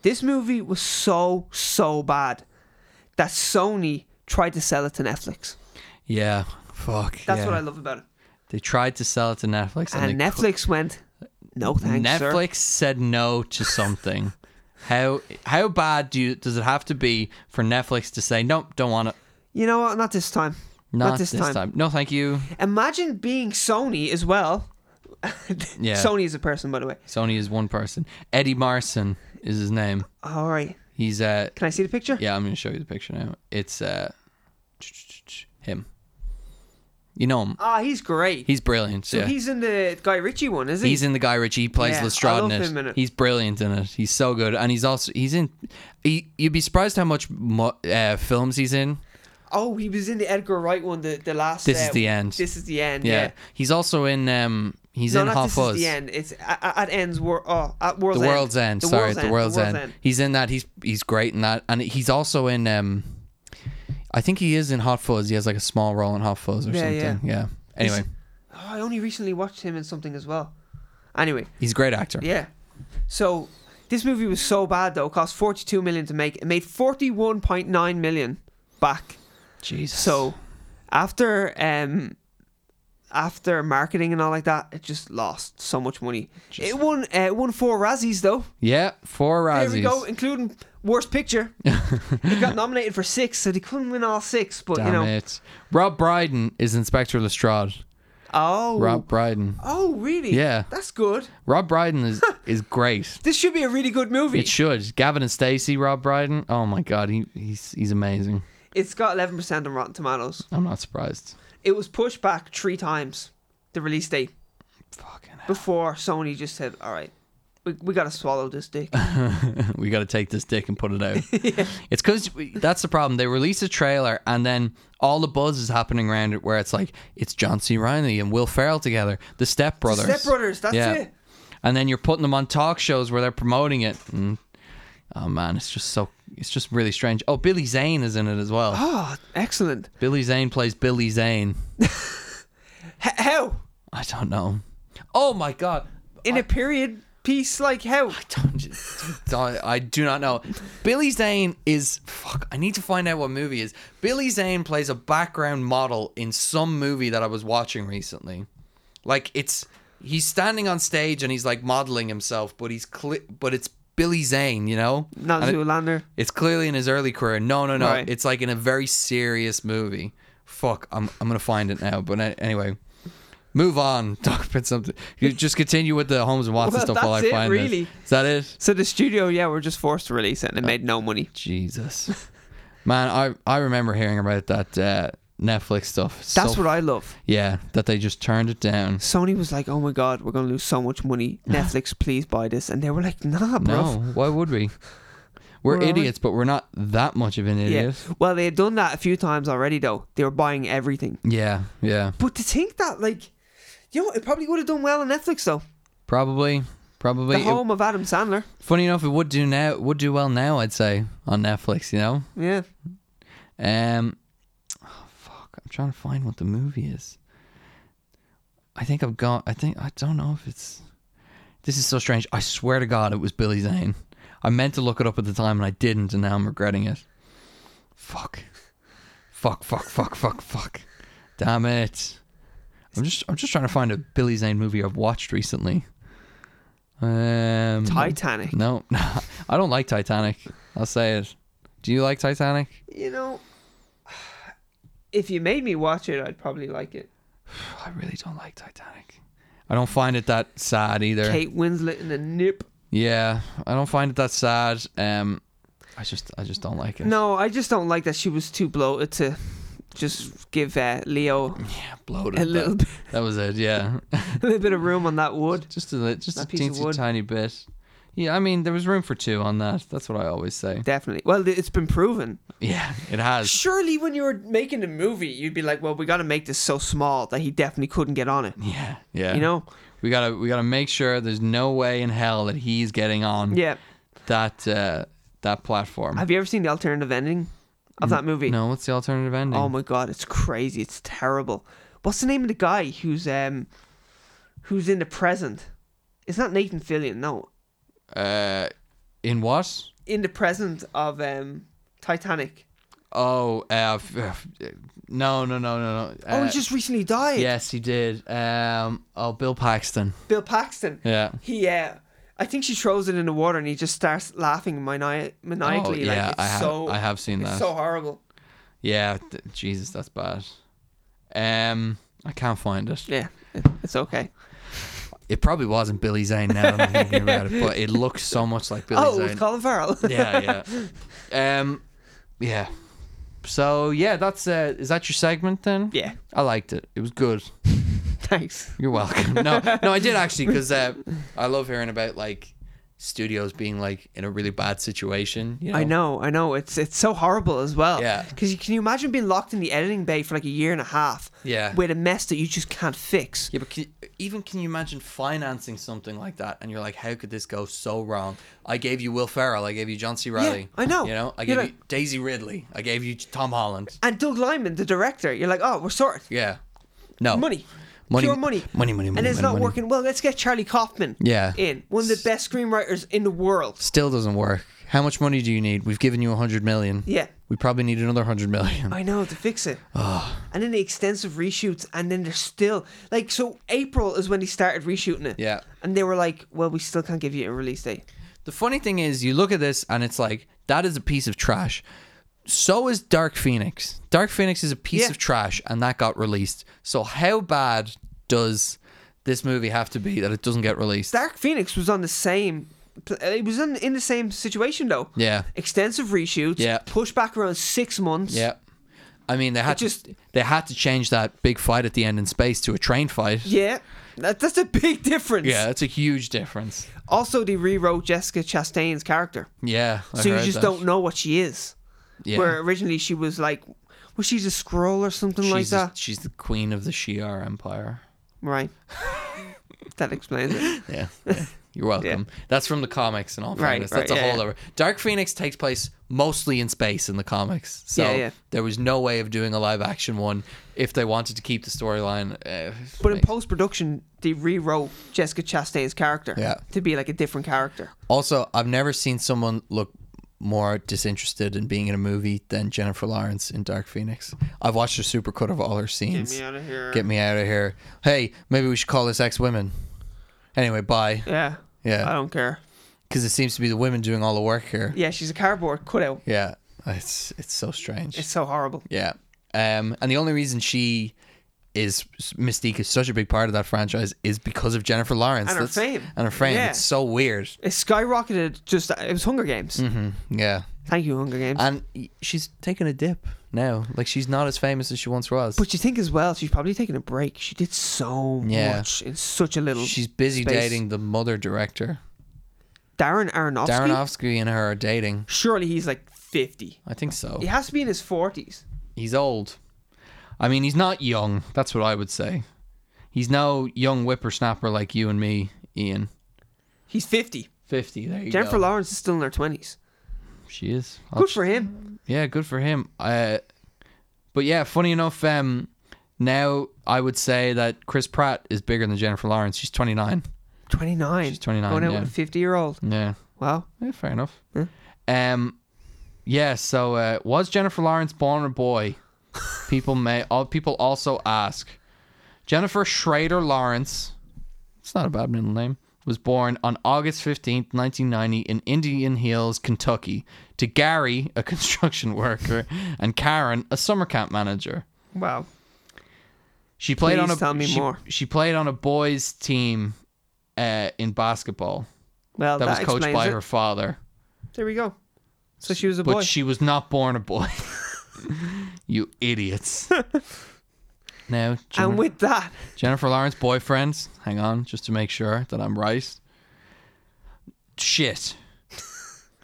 S2: this movie was so so bad that Sony tried to sell it to Netflix.
S1: Yeah. Fuck.
S2: That's
S1: yeah.
S2: what I love about it.
S1: They tried to sell it to Netflix, and,
S2: And
S1: they
S2: Netflix went, no thanks, sir."
S1: Netflix said no to something.
S2: [LAUGHS]
S1: how how bad do you, does it have to be for Netflix to say nope, don't want it?
S2: You know what? Not this time.
S1: Not,
S2: this, time.
S1: No, thank you.
S2: Imagine being Sony as well. [LAUGHS]
S1: Yeah.
S2: Sony is a person, by the way.
S1: Sony is one person. Eddie Marson is his name.
S2: All right.
S1: He's uh
S2: Can I see the picture?
S1: yeah, I'm gonna show you the picture now. It's uh him. You know him.
S2: Ah, he's great.
S1: He's brilliant.
S2: so
S1: yeah.
S2: he's in the Guy Ritchie one, is he?
S1: He's in the Guy Ritchie. He plays
S2: Yeah, I
S1: Lestrade in
S2: love
S1: it.
S2: him in it.
S1: He's brilliant in it. He's so good, and he's also he's in. He, you'd be surprised how much mo- uh, films he's in.
S2: oh, he was in the Edgar Wright one, the, the last. uh,
S1: This is the end.
S2: This is the end.
S1: Yeah,
S2: Yeah.
S1: he's also in. Um, he's
S2: No,
S1: in
S2: not
S1: Hot
S2: this
S1: Fuzz.
S2: is the end. It's at, at ends. Wor- oh, at
S1: The
S2: world's end.
S1: World's End. Sorry, the World's, end.
S2: end.
S1: He's in that. He's he's great in that, and he's also in. Um, I think he is in Hot Fuzz. He has like a small role in Hot Fuzz or
S2: Yeah,
S1: something.
S2: yeah.
S1: Yeah. Anyway, he's,
S2: He's- Oh, I only recently watched him in something as well. Anyway,
S1: a great actor.
S2: yeah. So this movie was so bad though. It cost forty two million to make. It made forty one point nine million back.
S1: Jesus.
S2: So after um after marketing and all like that, it just lost so much money. It won uh, it won four Razzies though.
S1: yeah, four Razzies.
S2: There we go, including
S1: [LAUGHS]
S2: worst picture. it got nominated for six, so they couldn't win all six. But
S1: Damn
S2: you know,
S1: it. Rob Brydon is Inspector Lestrade.
S2: oh,
S1: Rob Brydon.
S2: oh, really?
S1: Yeah.
S2: that's good.
S1: Rob Brydon
S2: [LAUGHS]
S1: is is great.
S2: This should be a really good movie.
S1: It should. Gavin and Stacey, Rob Brydon. Oh my god, he, he's he's amazing.
S2: it's got eleven percent on Rotten Tomatoes.
S1: I'm not surprised.
S2: It was pushed back three times the release date
S1: Fucking hell.
S2: before Sony just said, "All right, we, we gotta swallow
S1: [LAUGHS]
S2: this dick.
S1: we got to take this dick and put it
S2: [LAUGHS]
S1: out. It's because that's the problem. They release a trailer and then all the buzz is happening around it, where it's like it's John C. Riley and Will Ferrell together, the Step Brothers.
S2: Step Brothers, that's it.
S1: And then you're putting them on talk shows where they're promoting it. And, oh man, it's just so it's just really strange. Oh, Billy Zane is in it as well.
S2: Oh, excellent.
S1: Billy Zane plays Billy Zane.
S2: H- how
S1: I don't know. Oh my god.
S2: in a period piece like how?
S1: [LAUGHS] Don't, don't- I do not know. Billy Zane is fuck. I need to find out what movie it is. Billy Zane plays a background model in some movie that I was watching recently. Like it's he's standing on stage and he's like modeling himself, but he's cle but it's Billy Zane, you know.
S2: Not
S1: And it-
S2: Zoolander.
S1: it's clearly in his early career. No, no, no.
S2: Right.
S1: It's like in a very serious movie. Fuck, I'm I'm gonna find it now. But a- anyway, move on. [LAUGHS] Talk about something. You just continue with the Holmes and Watson
S2: Well,
S1: stuff while I
S2: that's it,
S1: find
S2: really.
S1: this. Is that it?
S2: So the studio, yeah, we're just forced to release it,
S1: Uh,
S2: and it made no money.
S1: Jesus, man, I I remember hearing about that uh, Netflix stuff.
S2: That's what I love.
S1: yeah, that they just turned it down.
S2: Sony was like, "Oh my god, we're gonna lose so much money. Netflix, please buy this." And they were like, "Nah, bro."
S1: No, why would we? We're
S2: Well,
S1: idiots, but we're not that much of an
S2: Yeah.
S1: idiot.
S2: Well, they had done that a few times already, though. They were buying everything.
S1: Yeah, yeah.
S2: But to think that, like, you know, it probably would have done well on Netflix, though.
S1: Probably,
S2: The
S1: probably. It-
S2: home of Adam Sandler.
S1: Funny enough, it would do now. It would do well now, I'd say, on Netflix. You know.
S2: Yeah.
S1: Um, oh, fuck. I'm trying to find what the movie is. I think I've gone. I think I don't know if it's. This is so strange. I swear to God, it was Billy Zane. I meant to look it up at the time and I didn't, and now I'm regretting it. Fuck. Fuck. Fuck. Fuck. Fuck. Fuck. Damn it. I'm just. I'm just trying to find a Billy Zane movie I've watched recently. Um,
S2: Titanic.
S1: no, [LAUGHS] I don't like Titanic. I'll say it. Do you like Titanic?
S2: You know, [SIGHS] if you made me watch it, I'd probably like it.
S1: I really don't like Titanic. I don't find it that sad either.
S2: Kate Winslet in a nip.
S1: Yeah, I don't find it that sad. Um, I just, I just don't like it.
S2: No, I just don't like that she was too bloated to just give uh, Leo
S1: Yeah, bloated.
S2: a
S1: that-
S2: little bit,
S1: That was it.
S2: [LAUGHS]
S1: Yeah,
S2: a little bit of room on that wood.
S1: just a li- just
S2: That
S1: a
S2: piece of
S1: teensy
S2: wood.
S1: tiny bit. Yeah, I mean there was room for two on that. That's what I always say.
S2: Definitely. Well, it's been proven.
S1: Yeah, it has.
S2: Surely, when you were making a movie, you'd be like, "Well, we got to make this so small that he definitely couldn't get on it."
S1: Yeah, yeah.
S2: You know?
S1: we gotta we gotta make sure there's no way in hell that he's getting on
S2: Yeah.
S1: that uh, that platform.
S2: Have you ever seen the alternative ending of that movie?
S1: Mm. No, what's the alternative ending?
S2: Oh my god, it's crazy. It's terrible. What's the name of the guy who's um who's in the present? It's not Nathan Fillion, no.
S1: uh, in what?
S2: In the present of um Titanic.
S1: Oh, uh, f- f- no, no, no, no, no.
S2: oh,
S1: Uh,
S2: he just recently died.
S1: yes, he did. Um, oh, Bill Paxton.
S2: Bill Paxton.
S1: Yeah.
S2: He uh I think she throws it in the water and he just starts laughing mani-
S1: Oh,
S2: maniacally.
S1: yeah,
S2: like it's
S1: I have,
S2: so
S1: I have seen
S2: it's
S1: that.
S2: so horrible.
S1: yeah, th- Jesus, that's bad. Um, I can't find it.
S2: Yeah. It's okay.
S1: It probably wasn't Billy Zane. Now that I'm thinking about it, but it looks so much like Billy
S2: oh,
S1: Zane.
S2: with Colin Farrell.
S1: yeah, yeah. Um, yeah. So yeah, that's uh, is that your segment then?
S2: [LAUGHS] yeah.
S1: I liked it. It was good.
S2: Thanks.
S1: You're welcome. No, no, I did actually because uh, I love hearing about like studios being like in a really bad situation. You know?
S2: I know, I know. It's it's so horrible as well.
S1: Yeah.
S2: Because can you imagine being locked in the editing bay for like a year and a half?
S1: Yeah.
S2: With a mess that you just can't fix.
S1: Yeah, but can, even can you imagine financing something like that? And you're like, how could this go so wrong? I gave you Will Ferrell. I gave you John C. Riley.
S2: I know.
S1: You know, I
S2: You're
S1: gave
S2: like-
S1: you Daisy Ridley. I gave you Tom Holland.
S2: And Doug Lyman, the director, you're like, oh, we're sorted.
S1: Yeah. No
S2: Money.
S1: money,
S2: Pure money.
S1: money, money, money.
S2: and it's
S1: money,
S2: not
S1: money.
S2: working. Well, let's get Charlie Kaufman.
S1: Yeah.
S2: In one of the best screenwriters in the world.
S1: Still doesn't work. How much money do you need? We've given you a hundred million.
S2: Yeah.
S1: We probably need another hundred million.
S2: I know to fix it. And then the extensive reshoots, and then they're still like so. April is when they started reshooting it.
S1: Yeah.
S2: And they were like, "Well, we still can't give you a release date."
S1: The funny thing is, you look at this and it's like that is a piece of trash. So is Dark Phoenix. Dark Phoenix is a piece
S2: Yeah.
S1: of trash, and that got released. So how bad does this movie have to be that it doesn't get released?
S2: Dark Phoenix was on the same. It was in, in the same situation though.
S1: Yeah.
S2: Extensive reshoots.
S1: Yeah.
S2: Push back around six months.
S1: yeah. I mean, they had
S2: just-
S1: to, they had to change that big fight at the end in space to a train fight.
S2: Yeah, that, that's a big difference.
S1: Yeah, that's a huge difference.
S2: Also, they rewrote Jessica Chastain's character,
S1: Yeah. I
S2: so you
S1: heard
S2: just
S1: that.
S2: don't know what she is.
S1: Yeah.
S2: Where originally she was like, was she a scroll or something like
S1: she's, the-
S2: that?
S1: she's the queen of the Shi'ar Empire. [LAUGHS]
S2: Right. that explains it.
S1: Yeah. yeah. [LAUGHS] You're welcome. That's from the comics and all
S2: Right,
S1: fairness.
S2: right,
S1: That's a
S2: yeah,
S1: whole
S2: yeah.
S1: other. Dark Phoenix takes place mostly in space in the comics. So
S2: Yeah, yeah.
S1: there was no way of doing a live action one if they wanted to keep the storyline. Uh,
S2: But in post production, they rewrote Jessica Chastain's character
S1: Yeah.
S2: to be like a different character.
S1: Also, I've never seen someone look more disinterested in being in a movie than Jennifer Lawrence in Dark Phoenix. I've watched a supercut of all her scenes.
S2: outta here.
S1: Get me out of here. Hey, maybe we should call this ex women. Anyway, bye.
S2: Yeah.
S1: Yeah.
S2: I don't care.
S1: Because it seems to be the women doing all the work here.
S2: Yeah, she's a cardboard cutout.
S1: Yeah. It's it's so strange.
S2: It's so horrible.
S1: Yeah. Um, and the only reason she is Mystique is such a big part of that franchise is because of Jennifer Lawrence
S2: And her fame.
S1: And her fame.
S2: Yeah.
S1: It's so weird.
S2: It skyrocketed just, it was Hunger Games.
S1: Mm-hmm. Yeah.
S2: Thank you, Hunger Games.
S1: And y- she's taken a dip now. Like she's not as famous as she once was.
S2: but you think as well, she's probably taking a break. She did so
S1: Yeah.
S2: much in such a little.
S1: she's busy
S2: space.
S1: dating the mother director.
S2: Darren Aronofsky.
S1: Darren Ofsky and her are dating.
S2: Surely he's like 50.
S1: I think so.
S2: He has to be in his 40s.
S1: He's old. I mean, he's not young. That's what I would say. He's no young whippersnapper like you and me, Ian.
S2: He's 50.
S1: 50, there you
S2: Jennifer
S1: go.
S2: Lawrence is still in her 20s.
S1: she is. I'll
S2: Good for him.
S1: Yeah, good for him. Uh, but yeah, funny enough, um, now I would say that Chris Pratt is bigger than Jennifer Lawrence. She's 29.
S2: 29.
S1: She's 29,
S2: Going out
S1: yeah.
S2: with a 50 year old.
S1: Yeah,
S2: Wow.
S1: yeah fair enough. Um, yeah. So uh, was Jennifer Lawrence born a boy? People may. All people also ask. Jennifer Schrader Lawrence. It's not a bad middle name. Was born on August 15th, 1990, in Indian Hills, Kentucky, to Gary, a [LAUGHS] construction worker, and Karen, a summer camp manager.
S2: Wow.
S1: She played on
S2: Please
S1: a
S2: tell me
S1: she,
S2: more.
S1: she played on a boys team uh, in basketball
S2: Well,
S1: that,
S2: that,
S1: was coached
S2: explains
S1: by
S2: it.
S1: her father,
S2: There we go. So she was a
S1: but
S2: boy.
S1: she was not born a boy. [LAUGHS] you
S2: [LAUGHS]
S1: idiots. now, Jen-
S2: and with that, [LAUGHS]
S1: Jennifer Lawrence boyfriend. Hang on, just to make sure that I'm right.
S2: [LAUGHS]
S1: Shit.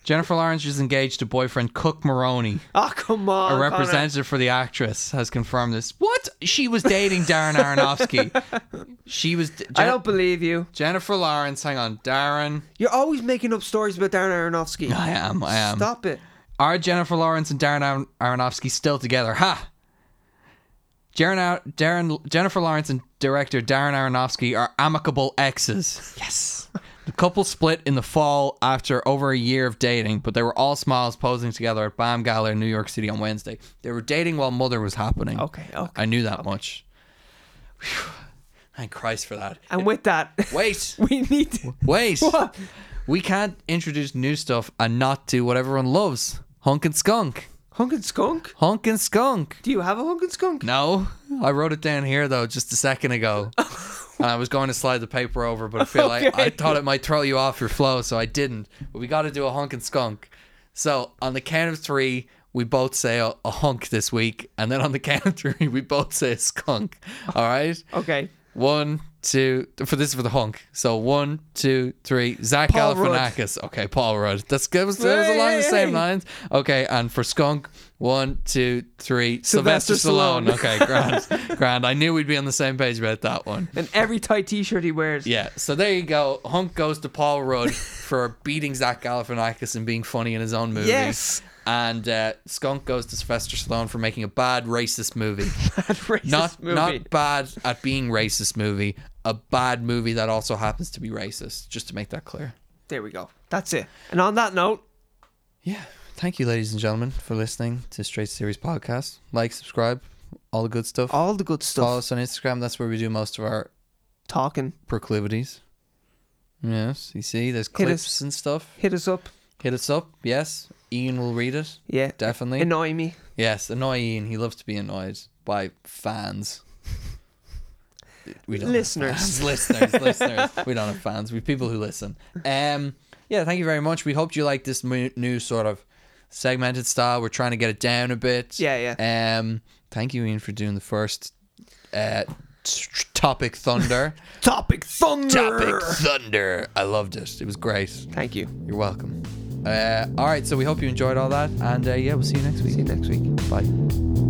S1: Jennifer Lawrence is engaged to boyfriend Cook Maroney.
S2: oh come on,
S1: A
S2: Connor.
S1: representative for the actress has confirmed this. What? She was dating Darren Aronofsky.
S2: [LAUGHS]
S1: she was.
S2: I don't believe you.
S1: Jennifer Lawrence, hang on, Darren.
S2: You're always making up stories about Darren Aronofsky.
S1: I am, I am.
S2: Stop it.
S1: Are Jennifer Lawrence and Darren Aron- Aronofsky still together? Ha! Darren, Ar- Darren, Jennifer Lawrence and director Darren Aronofsky are amicable exes. Yes. The couple split in the fall after over a year of dating, but they were all smiles posing together at BAM Gala in New York City on Wednesday. They were dating while Mother was happening.
S2: Okay, okay,
S1: I knew that much. Phew. Thank Christ for that.
S2: And with that, [LAUGHS]
S1: Wait.
S2: we need to.
S1: Wait.
S2: [LAUGHS] What?
S1: We can't introduce new stuff and not do what everyone loves. Hunk and skunk.
S2: Hunk and skunk?
S1: Hunk and skunk.
S2: Do you have a hunk and skunk?
S1: No, I wrote it down here though just a second [LAUGHS] ago. and I was going to slide the paper over, but I feel like
S2: Okay.
S1: I thought it might throw you off your flow, so I didn't. But we got to do a hunk and skunk. So on the count of three, we both say a, a hunk this week, and then on the count of three, [LAUGHS] we both say a skunk. All right.
S2: Okay.
S1: One, two, for this is for the honk. So one, two, three. Zach
S2: Paul Rudd.
S1: Galifianakis. Okay, Paul Rudd. That's good. It was, it was
S2: Hey,
S1: along
S2: hey,
S1: the same
S2: hey.
S1: lines. Okay, and for skunk, one, two, three. Sylvester,
S2: Sylvester
S1: Stallone.
S2: Stallone.
S1: Okay, grand,
S2: [LAUGHS]
S1: grand. I knew we'd be on the same page about that one.
S2: And every tight T-shirt he wears.
S1: Yeah. So there you go. Honk goes to Paul
S2: [LAUGHS]
S1: Rudd for beating Zach Galifianakis and being funny in his own movie.
S2: Yes.
S1: And uh, skunk goes to Sylvester Stallone for making a bad racist movie
S2: That racist
S1: not
S2: movie.
S1: not bad at being racist movie a bad movie that also happens to be racist just to make that clear
S2: There we go. That's it. And on that note,
S1: yeah thank you ladies and gentlemen for listening to straight series podcast like subscribe all the good stuff
S2: all the good stuff.
S1: follow us on instagram that's where we do most of our
S2: Talking.
S1: proclivities yes you see there's
S2: Hit us.
S1: clips and stuff
S2: Hit us up.
S1: hit us up yes ian will read it
S2: Yeah.
S1: definitely
S2: Annoy me.
S1: yes annoy ian he loves to be annoyed by fans we don't have
S2: Listeners.
S1: fans. [LAUGHS] listeners, listeners. We don't have fans. We have people who listen. Um, yeah, thank you very much. We hoped you liked this mu- new sort of segmented style. We're trying to get it down a bit.
S2: Yeah,
S1: yeah. Um, thank you, Ian, for doing the first uh, t- topic thunder.
S2: Topic
S1: [LAUGHS]
S2: thunder.
S1: topic thunder. I loved it. It was great.
S2: Thank you.
S1: You're welcome. Uh, all right, so we hope you enjoyed all that, and uh, yeah, we'll see you next week.
S2: See you next week.
S1: Bye.